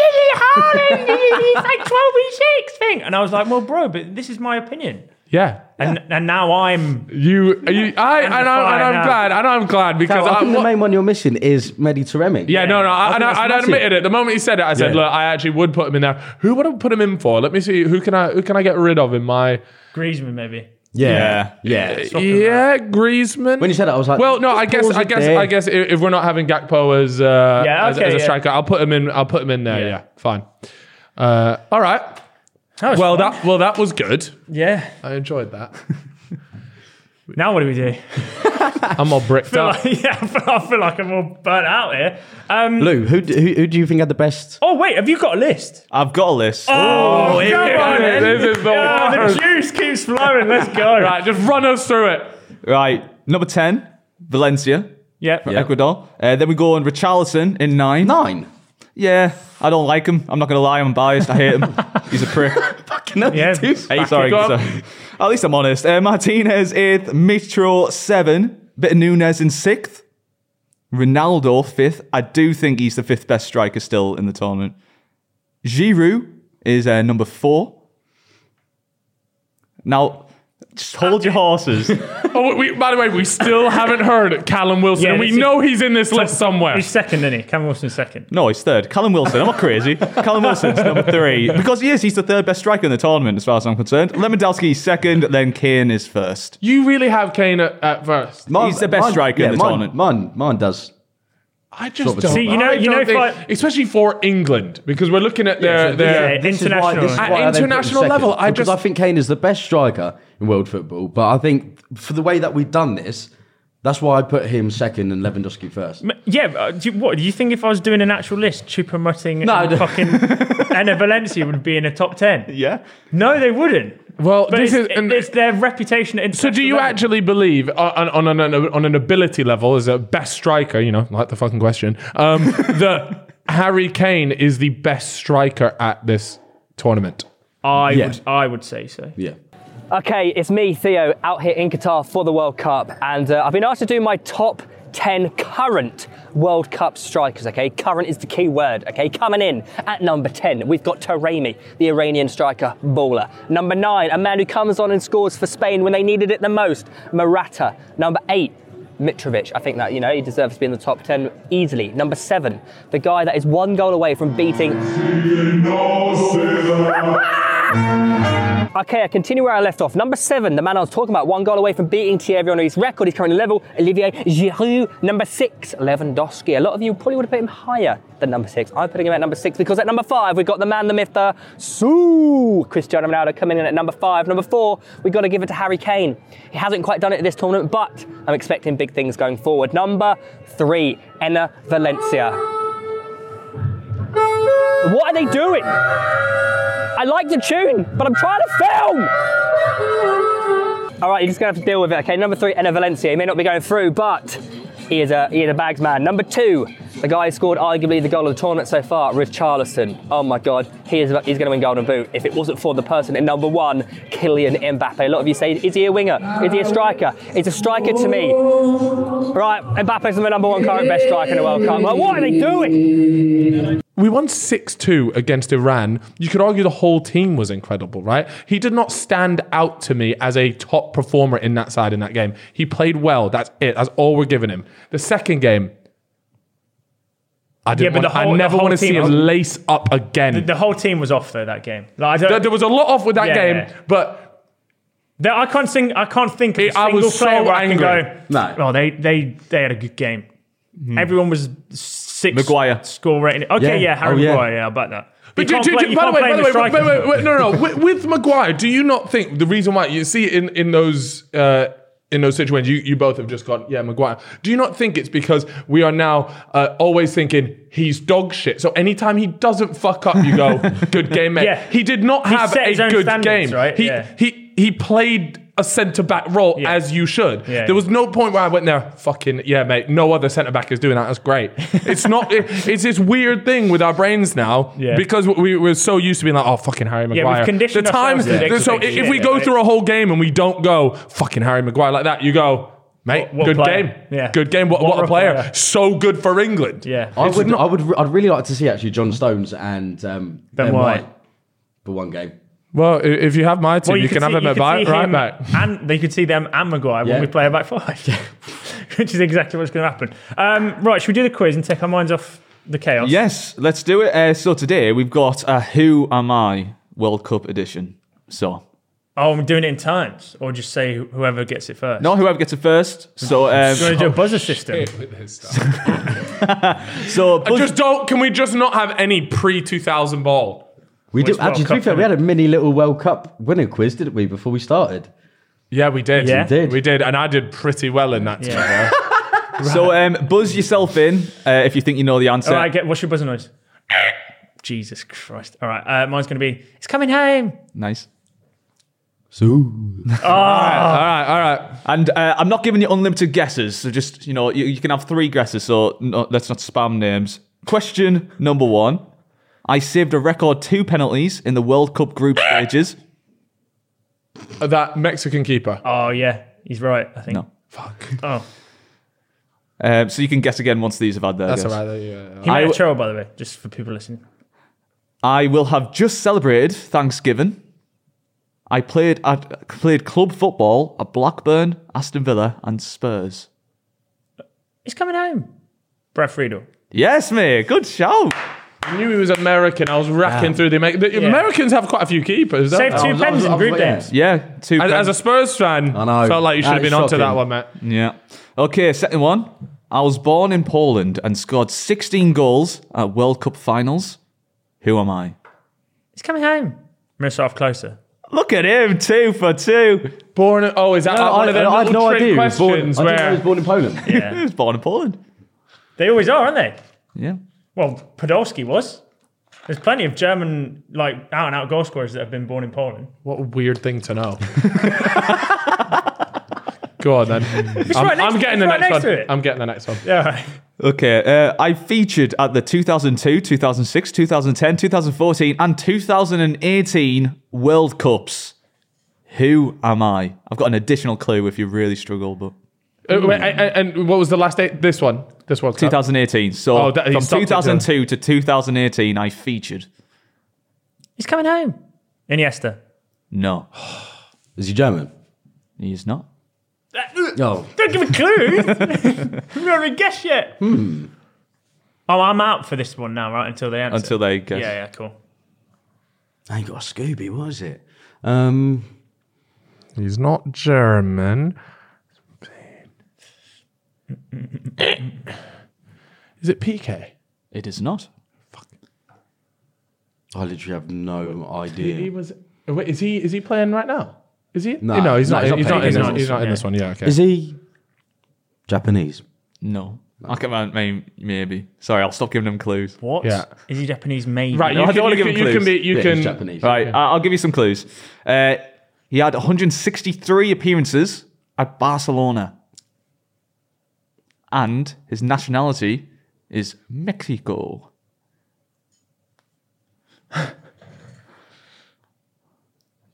Haaland he's like twelve v six thing. And I was like, Well bro, but this is my opinion.
yeah.
And and now I'm
You, you I, and, I, and I'm
now.
glad. And I'm glad because
I
I,
think
what-
the main one you're missing is Mehdi Taremi.
Yeah, no, no, I,
think
and
that's
I, and I
massive.
admitted it. The moment he said it, I said,
Yeah.
"Look, I actually would put him in there. Who would I put him in for? Let me see. Who can I? Who can I get rid of in my?
Griezmann maybe.
Yeah.
Yeah.
yeah, Griezmann.
When you said that, I was like,
well, no, I guess,
pause
I
it
guess,
there.
I guess, i- if we're not having Gakpo as, uh,
Yeah,
as,
okay,
as a
yeah.
striker, I'll put him in. I'll put him in there. Yeah,
Yeah.
fine. Uh, all right.
That was
Well,
fun.
that well, that was good.
yeah.
I enjoyed that.
Now what do we do?
I'm all bricked
Feel
up.
like, yeah, I feel, I feel like I'm all burnt out here. Um,
Lou, who, d- who, who do you think had the best?
oh wait, have you got a list?
I've got a list.
Oh,
here
come
we go.
on, then.
This is the
Ah, the
worst.
juice keeps flowing. Let's go.
Right, just run us through it.
Right. Number 10, Valencia,
Yep.
Ecuador. Uh, then we go on Richarlison in nine.
Nine.
Yeah, I don't like him. I'm not going to lie. I'm biased. I hate him. He's a prick.
Fucking hell.
Yeah.
hey, sorry,
it up.
sorry. At least I'm honest. Uh, Martinez eighth, Mitro seven, bit of Nunes in sixth, Ronaldo fifth. I do think he's the fifth best striker still in the tournament. Giroud is uh, number four. Now, just hold your horses.
Oh, we, by the way, we still haven't heard Callum Wilson.
Yeah,
and we
this is-
know he's in this list somewhere.
He's second, isn't he? Cameron Wilson's second.
No, he's third. Callum Wilson. I'm not crazy. Callum Wilson's number three. Because he is. He's the third best striker in the tournament, as far as I'm concerned. Lewandowski is second, then Kane is first.
You really have Kane at, at first.
Mine-
He's the best
mine-
striker in the
mine,
tournament.
Mine, mine does.
I just
of
don't.
See, you know-
I
you
don't
know if
think-
I-
especially for England because we're looking at their their.
Yeah,
This is
international.
why- this is
At
why they put him
international
second,
level, I
because
just-
I think Kane is the best striker in world football, but I think for the way that we've done this, that's why I put him second and Lewandowski first.
M- Yeah, but, uh, do you, what do you think if I was doing an actual list, Chupamoting
No, I
and
don't-
fucking Enna Valencia would be in a top ten?
Yeah.
No, they wouldn't.
Well,
But
this
it's,
is. and-
it's their reputation. at
so, do you
international
actually believe uh, on, on, on, an, on an ability level as a best striker? You know, like the fucking question. Um, that Harry Kane is the best striker at this tournament.
level? I
Yeah.
would, I would say so.
Yeah.
Okay, it's me, Theo, out here in Qatar for the World Cup, and uh, I've been asked to do my top 10 current World Cup strikers, okay? Current is the key word, okay? Coming in at number 10, we've got Taremi, the Iranian striker, baller. Number 9, a man who comes on and scores for Spain when they needed it the most, Morata. Number 8, Mitrovic. I think that, you know, he deserves to be in the top 10 easily. Number seven, the guy that is one goal away from beating. Okay, I continue where I left off. Number seven, the man I was talking about, one goal away from beating Thierry Henry's record. He's currently level, Olivier Giroud. Number six, Lewandowski. A lot of you probably would have put him higher than number six. I'm putting him at number six because at number five, we've got the man, the myth, the Sue, Cristiano Ronaldo coming in at number five. Number four, we've got to give it to Harry Kane. He hasn't quite done it at this tournament, but I'm expecting big things going forward. Number three, Enna Valencia. What are they doing? I like the tune, but I'm trying to film. All right, you're just going to have to deal with it. Okay, number three, Enner Valencia. He may not be going through, but he is a he is a bags man. Number two, the guy who scored arguably the goal of the tournament so far, Richarlison. Oh my God, he is he's going to win Golden Boot. If it wasn't for the person at number one, Kylian Mbappe. A lot of you say, is he a winger? Is he a striker? He's a striker to me. Right, Mbappe's the number one current best striker in the World Cup. Well, what are they doing?
We won 6 2 against Iran. You could argue the whole team was incredible, right? He did not stand out to me as a top performer in that side in that game. He played well. That's it. That's all we're giving him. The second game, I, didn't
Yeah, but
want-
the whole-
I
the
never
whole
want to see
team-
him lace up again.
The whole team was off though that game. Like, I
there,
don't.
there was a lot off with that
Yeah,
game,
yeah.
but
there- I can't think. I can't think of a
It- I
single
was so
player where I
angry.
can go.
No.
Well, they they they had a good game. Everyone was six.
Maguire.
score rating. Okay, yeah,
Yeah.
Harry
Oh, yeah.
Maguire. Yeah, I bet that.
but do- do- do- by the way, by the way, wait, wait, wait, no, no, no. with, with Maguire, do you not think the reason why you see in in those uh, in those situations, you, you both have just gone, yeah, Maguire. Do you not think it's because we are now uh, always thinking he's dog shit? So anytime he doesn't fuck up, you go, good game, mate.
Yeah.
He did not
He
have
set
a
his own
good
standards,
game.
right?
He
Yeah.
he he played. A centre back role
Yeah.
as you should.
Yeah,
there was
yeah.
no point where I went there. Fucking yeah, mate. No other centre back is doing that. That's great. It's not. it- it's this weird thing with our brains now
Yeah.
because we we're so used to being like, oh, fucking Harry
we've
Maguire.
conditioned
the time.
ourselves to think
So
big
if,
shit,
we go
right?
through a whole game and we don't go fucking Harry Maguire like that, you go, mate,
What- what
good
player?
game,
Yeah.
good game. What,
What
what,
a
a player.
player.
So good for England.
Yeah.
I would, I would, I'd really like to see actually John Stones and um,
Ben White.
for one game.
Well, i- if you have my team, you,
could
can
see-
have him
you
at
could
right,
see
right
him
back.
And they could see them and Maguire when
Yeah.
we play a back five, which is exactly what's going to happen. Um, right, should we do the quiz and take our minds off the chaos?
Yes, let's do it. Uh, so today we've got a Who Am I World Cup edition. So,
Oh, I'm doing it in times, or just say wh- whoever gets it first.
not whoever gets it first. So, um,
Do you want to do a buzzer system?
so
I just don't. Can we just not have any pre two thousand ball?
We
Well,
did
it's World
actually. To be
Cup,
fair, we
innit?
had a mini little World Cup winner quiz, didn't we? Before we started,
Yeah, we did.
Yeah. We
did.
We did, and I did pretty well in that. Yeah.
Yeah.
so um, buzz yourself in uh, if you think you know the answer.
All right, get, what's your buzzer noise? Jesus Christ. All right, uh, mine's going to be, it's coming home.
Nice.
so
All right, all right.
Ah. And uh, I'm not giving you unlimited guesses. So just you know, you, you can have three guesses. So no, let's not spam names. Question number one: I saved a record two penalties in the World Cup group stages.
That Mexican keeper.
Oh, yeah, he's right, I think.
No.
Fuck.
Oh,
Um, so you can guess again once these have had their
That's
guess.
all right. there you go.
he made
I
a
w-
churl, by the way, just for people listening.
I will have just celebrated Thanksgiving. I played at, played club football at Blackburn, Aston Villa, and Spurs.
It's coming home. Brad Friedel.
Yes, mate. Good shout.
I knew he was American. I was racking through the, Amer- the
Yeah.
Americans have quite a few keepers. don't
Saved
they?
two
Oh, was- I
pens
was-
in
I was
group
waiting.
games.
Yeah, two.
As,
pen-
as a Spurs fan,
I know.
felt like you should
That
have
is
been onto
shocking.
that one, mate.
Yeah. Okay, second one. I was born in Poland and scored 16 goals at World Cup finals. Who am I?
It's coming home. Miss off closer.
Look at him, two for two.
Born. Oh, is that like one
I,
of the
I, I had
little
no
trick
idea. he was born-
questions
I didn't know he was
where?
born in Poland.
He was born in Poland.
They always are, aren't they?
Yeah.
Well, Podolski was. There's plenty of German, like, out and out goal scorers that have been born in Poland.
What a weird thing to know. Go on then. I'm,
right next-
I'm getting
it's
the
right
next
next to
one.
it.
I'm getting the next one.
Yeah, right.
Okay, uh, I featured at the 2002, 2006, 2010, 2014, and 2018 World Cups. Who am I? I've got an additional clue if you really struggle, but
Uh, wait, and, and- and what was the last date? This one. This one.
2018. So
Oh, that- he
from
stopped it,
2002 to 2018, I featured.
He's coming home. Iniesta.
No,
Is he German?
he's not.
No.
Don't give a clue. We've not even guessed yet. Oh, I'm out for this one now, right? Until they answer.
Until they guess.
Yeah, yeah, cool.
I ain't got a Scooby. What is it? Um,
He's not German. Is it PK?
It is not.
I literally have no
He
idea.
was. Wait, is he? Is he playing right now? Is he?
No.
he's
No,
not.
he's not
He's not.
playing.
He's
He's
not,
not.
he's not in
Yeah.
this one. Yeah. Okay.
Is he Japanese?
No. I can't remember, may- maybe. Sorry, I'll stop giving them clues.
What? Is
Yeah.
he Japanese? Maybe.
Right,
No,
you
I don't
can,
wanna
you, can,
give him
you can
clues.
be. You
Yeah,
can.
he's Japanese.
Right, I- I'll give you some clues. Uh, He had 163 appearances at Barcelona. And his nationality is Mexico.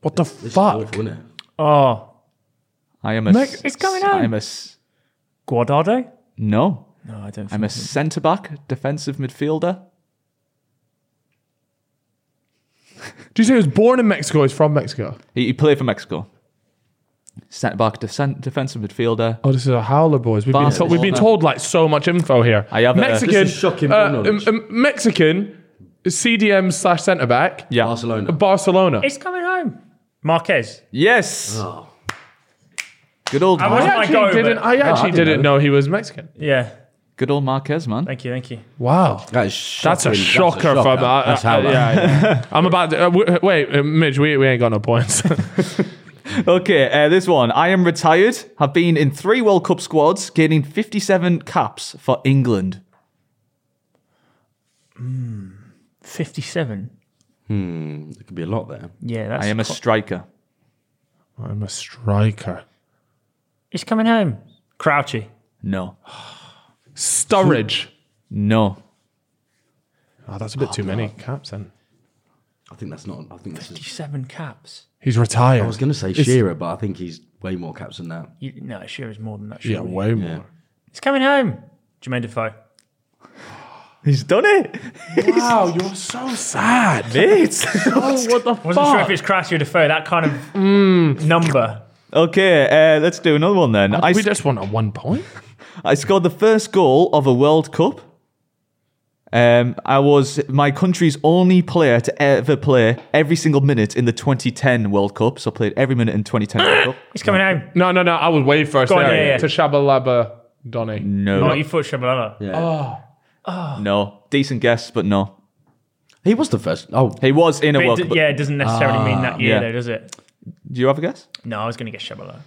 What the fuck?
Awful, isn't it?
Oh,
I am a.
Mex-
It's going on.
I am a. s-
Guardado?
No.
No, I don't.
I'm a centre back, defensive midfielder.
Do you say he was born in Mexico? He's from Mexico.
He, he played for Mexico. Centre back, defend, defensive midfielder.
Oh, this is a howler, boys. We've been,
Barcelona.
told, we've been told like so much info here.
I have, uh,
Mexican.
This is shocking
uh,
knowledge.
um, um, Mexican CDM slash centre back.
Yeah.
Barcelona.
Barcelona.
It's coming home. Marquez.
Yes.
Oh.
Good old,
I
Mar-
I
wasn't-
actually
go, but-
didn't. I actually
didn't
didn't know. he was Mexican.
Yeah.
good old Marquez, man.
Thank you. Thank you.
Wow,
That is
that's
shocking.
a shocker
That's a
from.
shocker.
Uh,
That's
uh,
how.
yeah, yeah. I'm about to uh, w- wait, uh, Midge. We, we ain't got no points.
Okay, uh, this one. I am retired. Have been in three World Cup squads, gaining 57 caps for England.
57.
There could be a lot there.
Yeah, that's.
I am a striker.
I'm a striker.
it's coming home. Crouchy.
No.
Sturridge.
No.
Oh, that's a bit too many caps. Then
I think that's not. I think this is.
57 caps.
he's retired.
I was going to say Shearer, but I think he's way more caps than that.
You, no, sure is more than that.
yeah,
surely.
way more.
It's coming home. Jermaine Defoe.
He's done it.
Wow, you're so sad. oh, what the
Wasn't sure if
fuck?
it's Crouchy or Defoe. That kind of
Hmm.
number.
Okay, uh, let's do another one then. I,
we
sc-
just won a one point.
I scored the first goal of a World Cup. Um, I was my country's only player to ever play every single minute in the 2010 World Cup. So I played every minute in 2010 World Cup.
It's coming home.
No, no, no. I was way first.
Go on,
there.
yeah, yeah.
To Shabalaba Donny.
Not
No,
your foot, Shabalala.
Yeah.
no. Decent guess, but no.
He was the first. Oh,
He was in a
But it
World
d-
Cup.
yeah, it doesn't necessarily mean that year,
yeah.
though, does it?
Do you have a guess?
No, I was going to get Shabalala.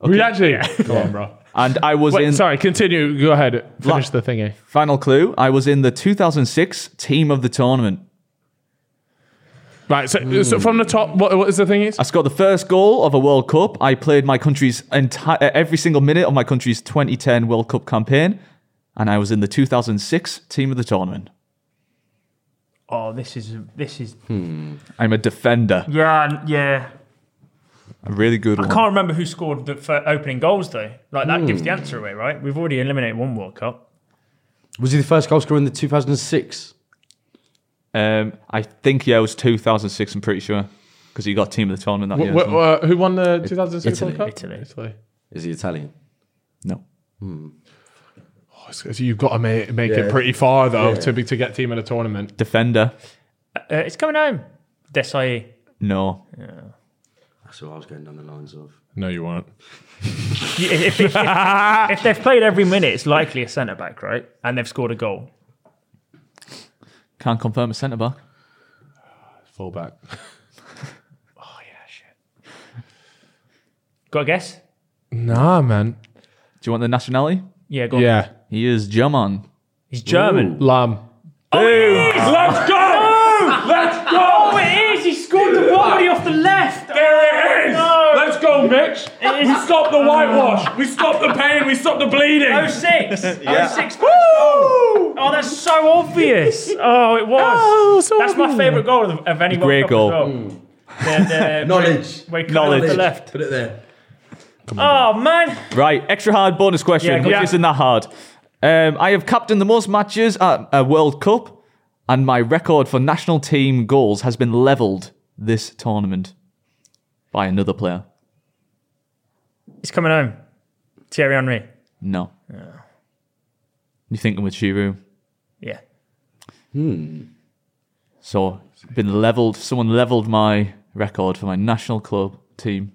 We actually. Come on, bro.
And I was
Wait,
in.
sorry, continue. Go ahead. Finish the thingy.
Final clue. I was in the 2006 team of the tournament.
Right. So, so from the top, what, what is the thing? Is
I scored the first goal of a World Cup. I played my country's entire every single minute of my country's 2010 World Cup campaign, and I was in the 2006 team of the tournament.
Oh, this is this is
I'm a defender,
yeah n- yeah.
a really good one.
Can't remember who scored the fir- opening goals though. Like that gives the answer away, right? We've already eliminated one World Cup.
was he the first goal scorer in the 2006?
Um, I think yeah, it was 2006. I'm pretty sure because he got team of the tournament that
Wh-
year.
wh-
as well.
wh- who won the 2006
Italy,
World Cup?
Italy.
Italy.
Is he Italian?
no,
Oh, it's- it's- you've got to make, make it
Yeah.
pretty far though to be, to get team in a tournament.
defender.
Uh, it's coming home. Desai.
No,
That's what I was going down the lines of.
No, you won't.
You- If, if- if- if they've played every minute, it's likely a centre back, right? And they've scored a goal.
can't confirm a centre back.
Fullback.
Got a guess?
Nah, man.
Do you want the nationality?
Yeah, go on.
Yeah,
He is German.
He's German.
Lam.
Let's go! Let's go! Oh, it is. He scored the volley off the left. There it is.
Let's go, Mitch.
It is.
We stopped the whitewash. We stopped the pain. We stopped the bleeding.
06. 06 first goal. Oh, that's so obvious. Oh, it was.
Oh, so
that's my
obvious.
favourite goal of, of any
Great
World Cup as well. The- the-
Mm. Knowledge.
Wait, knowledge. The left.
Put it there.
Oh man,
Right, extra hard bonus question,
Yeah, go
which
on.
isn't that hard. Um, I have captained the most matches at a World Cup, and my record for national team goals has been levelled this tournament by another player.
he's coming home. Thierry Henry.
No. You're thinking with Shiru.
Yeah.
So, been levelled, someone levelled my record for my national club team.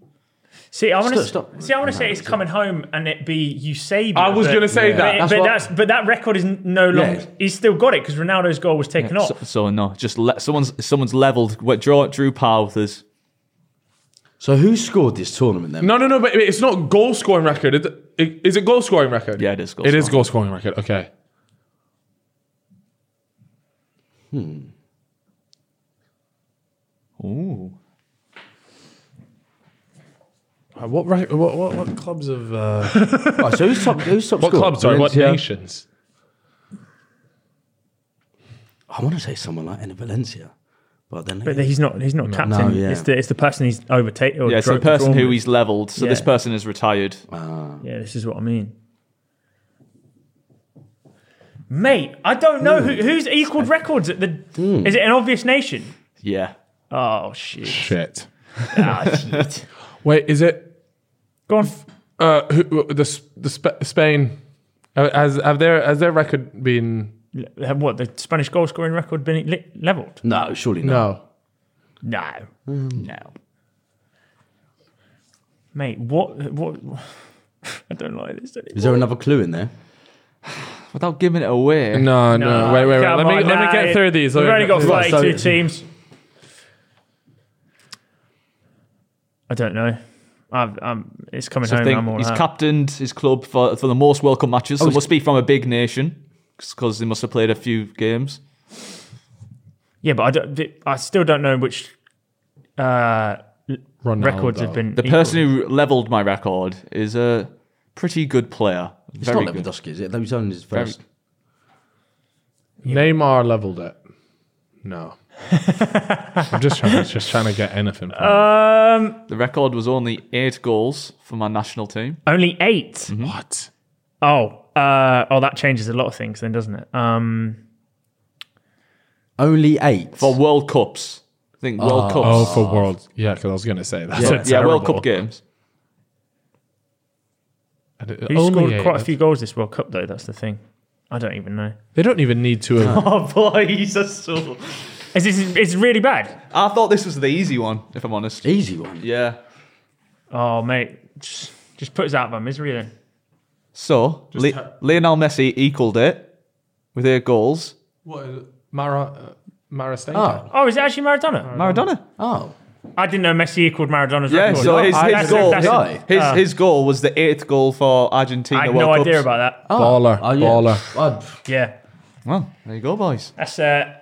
See, I want
Stop,
to
stop.
see. I want to say it's coming home, and it be Eusebio.
I was
but-
going to say
Yeah.
that.
But,
That's
but
what-
that's but that record is n- no longer.
Yeah.
He's still got it because Ronaldo's goal was taken off.
So, so no, just let someone's someone's levelled. What draw Drew Powell with us.
So who scored this tournament then?
No, no, no, but it's not goal scoring record. Is it- Is it goal scoring record?
Yeah, it is goal
It is
scoring.
goal scoring record. Okay.
Ooh.
Uh, What, ra- what, what, what clubs of. Uh,
Right, so who's top? Who's top
what
scorer?
clubs? Sorry, what
Valencia.
nations?
I want to say someone like Enna Valencia, but then
But he's not. He's not captain.
No, yeah.
It's the it's the person he's overtaken. or
Yeah, it's the
drove
person
from.
who he's leveled. So this
Yeah.
person is retired.
Yeah, this is what I mean. Mate, I don't know
Hmm.
who, who's equaled records at the. Is it an obvious nation?
Yeah.
Oh shit!
Shit.
Ah, shit.
Wait, is it
Go on.
uh, who, the S- the Sp- Spain? uh, Has have their has their record been
Have what the Spanish goal scoring record been li- leveled?
no, surely not.
no?
No,
No.
mate. What? What? I don't like this.
Is there another clue in there?
Without giving it away.
No, no, wait, wait, wait.
come
Let me
on,
let me
nah,
get through these. Let
We've
me
only
get
got
through these.
Right, so-
thirty-two teams. I don't know. I've, I'm, it's coming
So I
home.
think
I'm all
he's
out.
captained his club for, for the most World Cup matches. So must be from a big nation because he must have played a few games.
Yeah, but I, don't, I still don't know which uh,
Ronaldo.
records have been.
The person who leveled my record is a pretty good player.
It's
Very
not
good.
Lewandowski, is it? That was only his first.
Neymar leveled it. No, I'm just trying, just trying to get anything. From
Um,
The record was only eight goals for my national team.
only 8
it. Mm-hmm. What?
Oh, uh, oh, that changes a lot of things, then, doesn't it? Um,
Only eight.
For World Cups. I think World Cups.
Oh, for world. Yeah, because I was going to say that.
yeah, yeah, World Cup games.
who scored quite a few goals this World Cup, though? That's the thing. I don't even know.
They don't even need to. Have,
Oh, boy, he's a soul.
Is this? It's really bad.
I thought this was the easy one, if I'm honest.
Easy one.
Yeah.
Oh, mate, just, just put us out of our misery then.
So, Le- Lionel Messi equaled it with eight goals.
what is it? Mara uh, Marastenko.
Oh, is it actually Maradona?
Maradona.
Oh,
I didn't know Messi equalled Maradona's
Yeah,
record.
so his,
I-
his
that's-
goal
that's-
his,
uh,
his goal was the eighth goal for Argentina.
I had
World
no idea
Cups.
about that.
oh.
Baller, baller.
Oh,
Yeah,
Well, there you go, boys.
that's uh,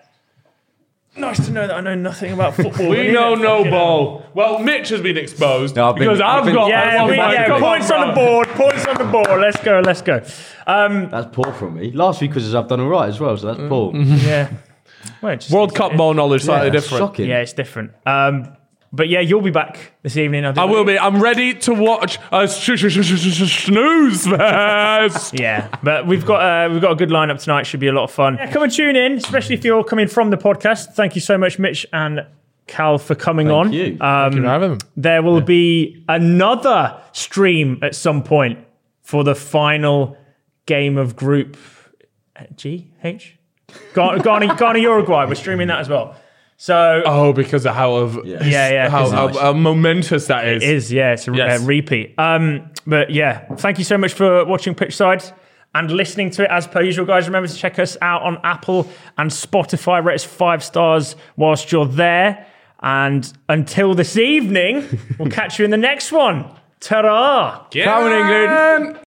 nice to know that I know nothing about football.
We know no
Fucking hell.
ball. Well, Mitch has been exposed
No, I've been-
because I've
I've been-
got.
Yeah,
I've
we,
got-
yeah
Come
points on the
bro.
board. Points on the board. Let's go. Let's go. Um,
that's poor from me. Last week quizzes I've done all right as well, so that's poor.
yeah. Well, it's just-
World Cup ball knowledge slightly
Yeah,
different.
Shocking.
Yeah, it's different. Um, but yeah, you'll be back this evening.
I will be. I'm ready to watch a sh- sh- sh- sh- sh- sh- snooze fest.
Yeah, but we've got uh, we've got a good lineup tonight. Should be a lot of fun. Yeah, come and tune in, especially if you're coming from the podcast. Thank you so much, Mitch and Cal, for coming on.
you.
Um, There will be another stream at some point for the final game of Group uh, G H Ghana, Ghana, Ghana Uruguay. We're streaming that as well. So
Oh, because of how of
Yeah.
yeah, yeah,
how,
'cause
how, how momentous that is.
it is yeah, it's a re-
Yes.
uh, repeat. Um, but yeah, thank you so much for watching Pitchside. And listening to it as per usual, guys. Remember to check us out on Apple and Spotify. Rate us five stars whilst you're there. And until this evening, we'll catch you in the next one. Ta-ra!
Crown England.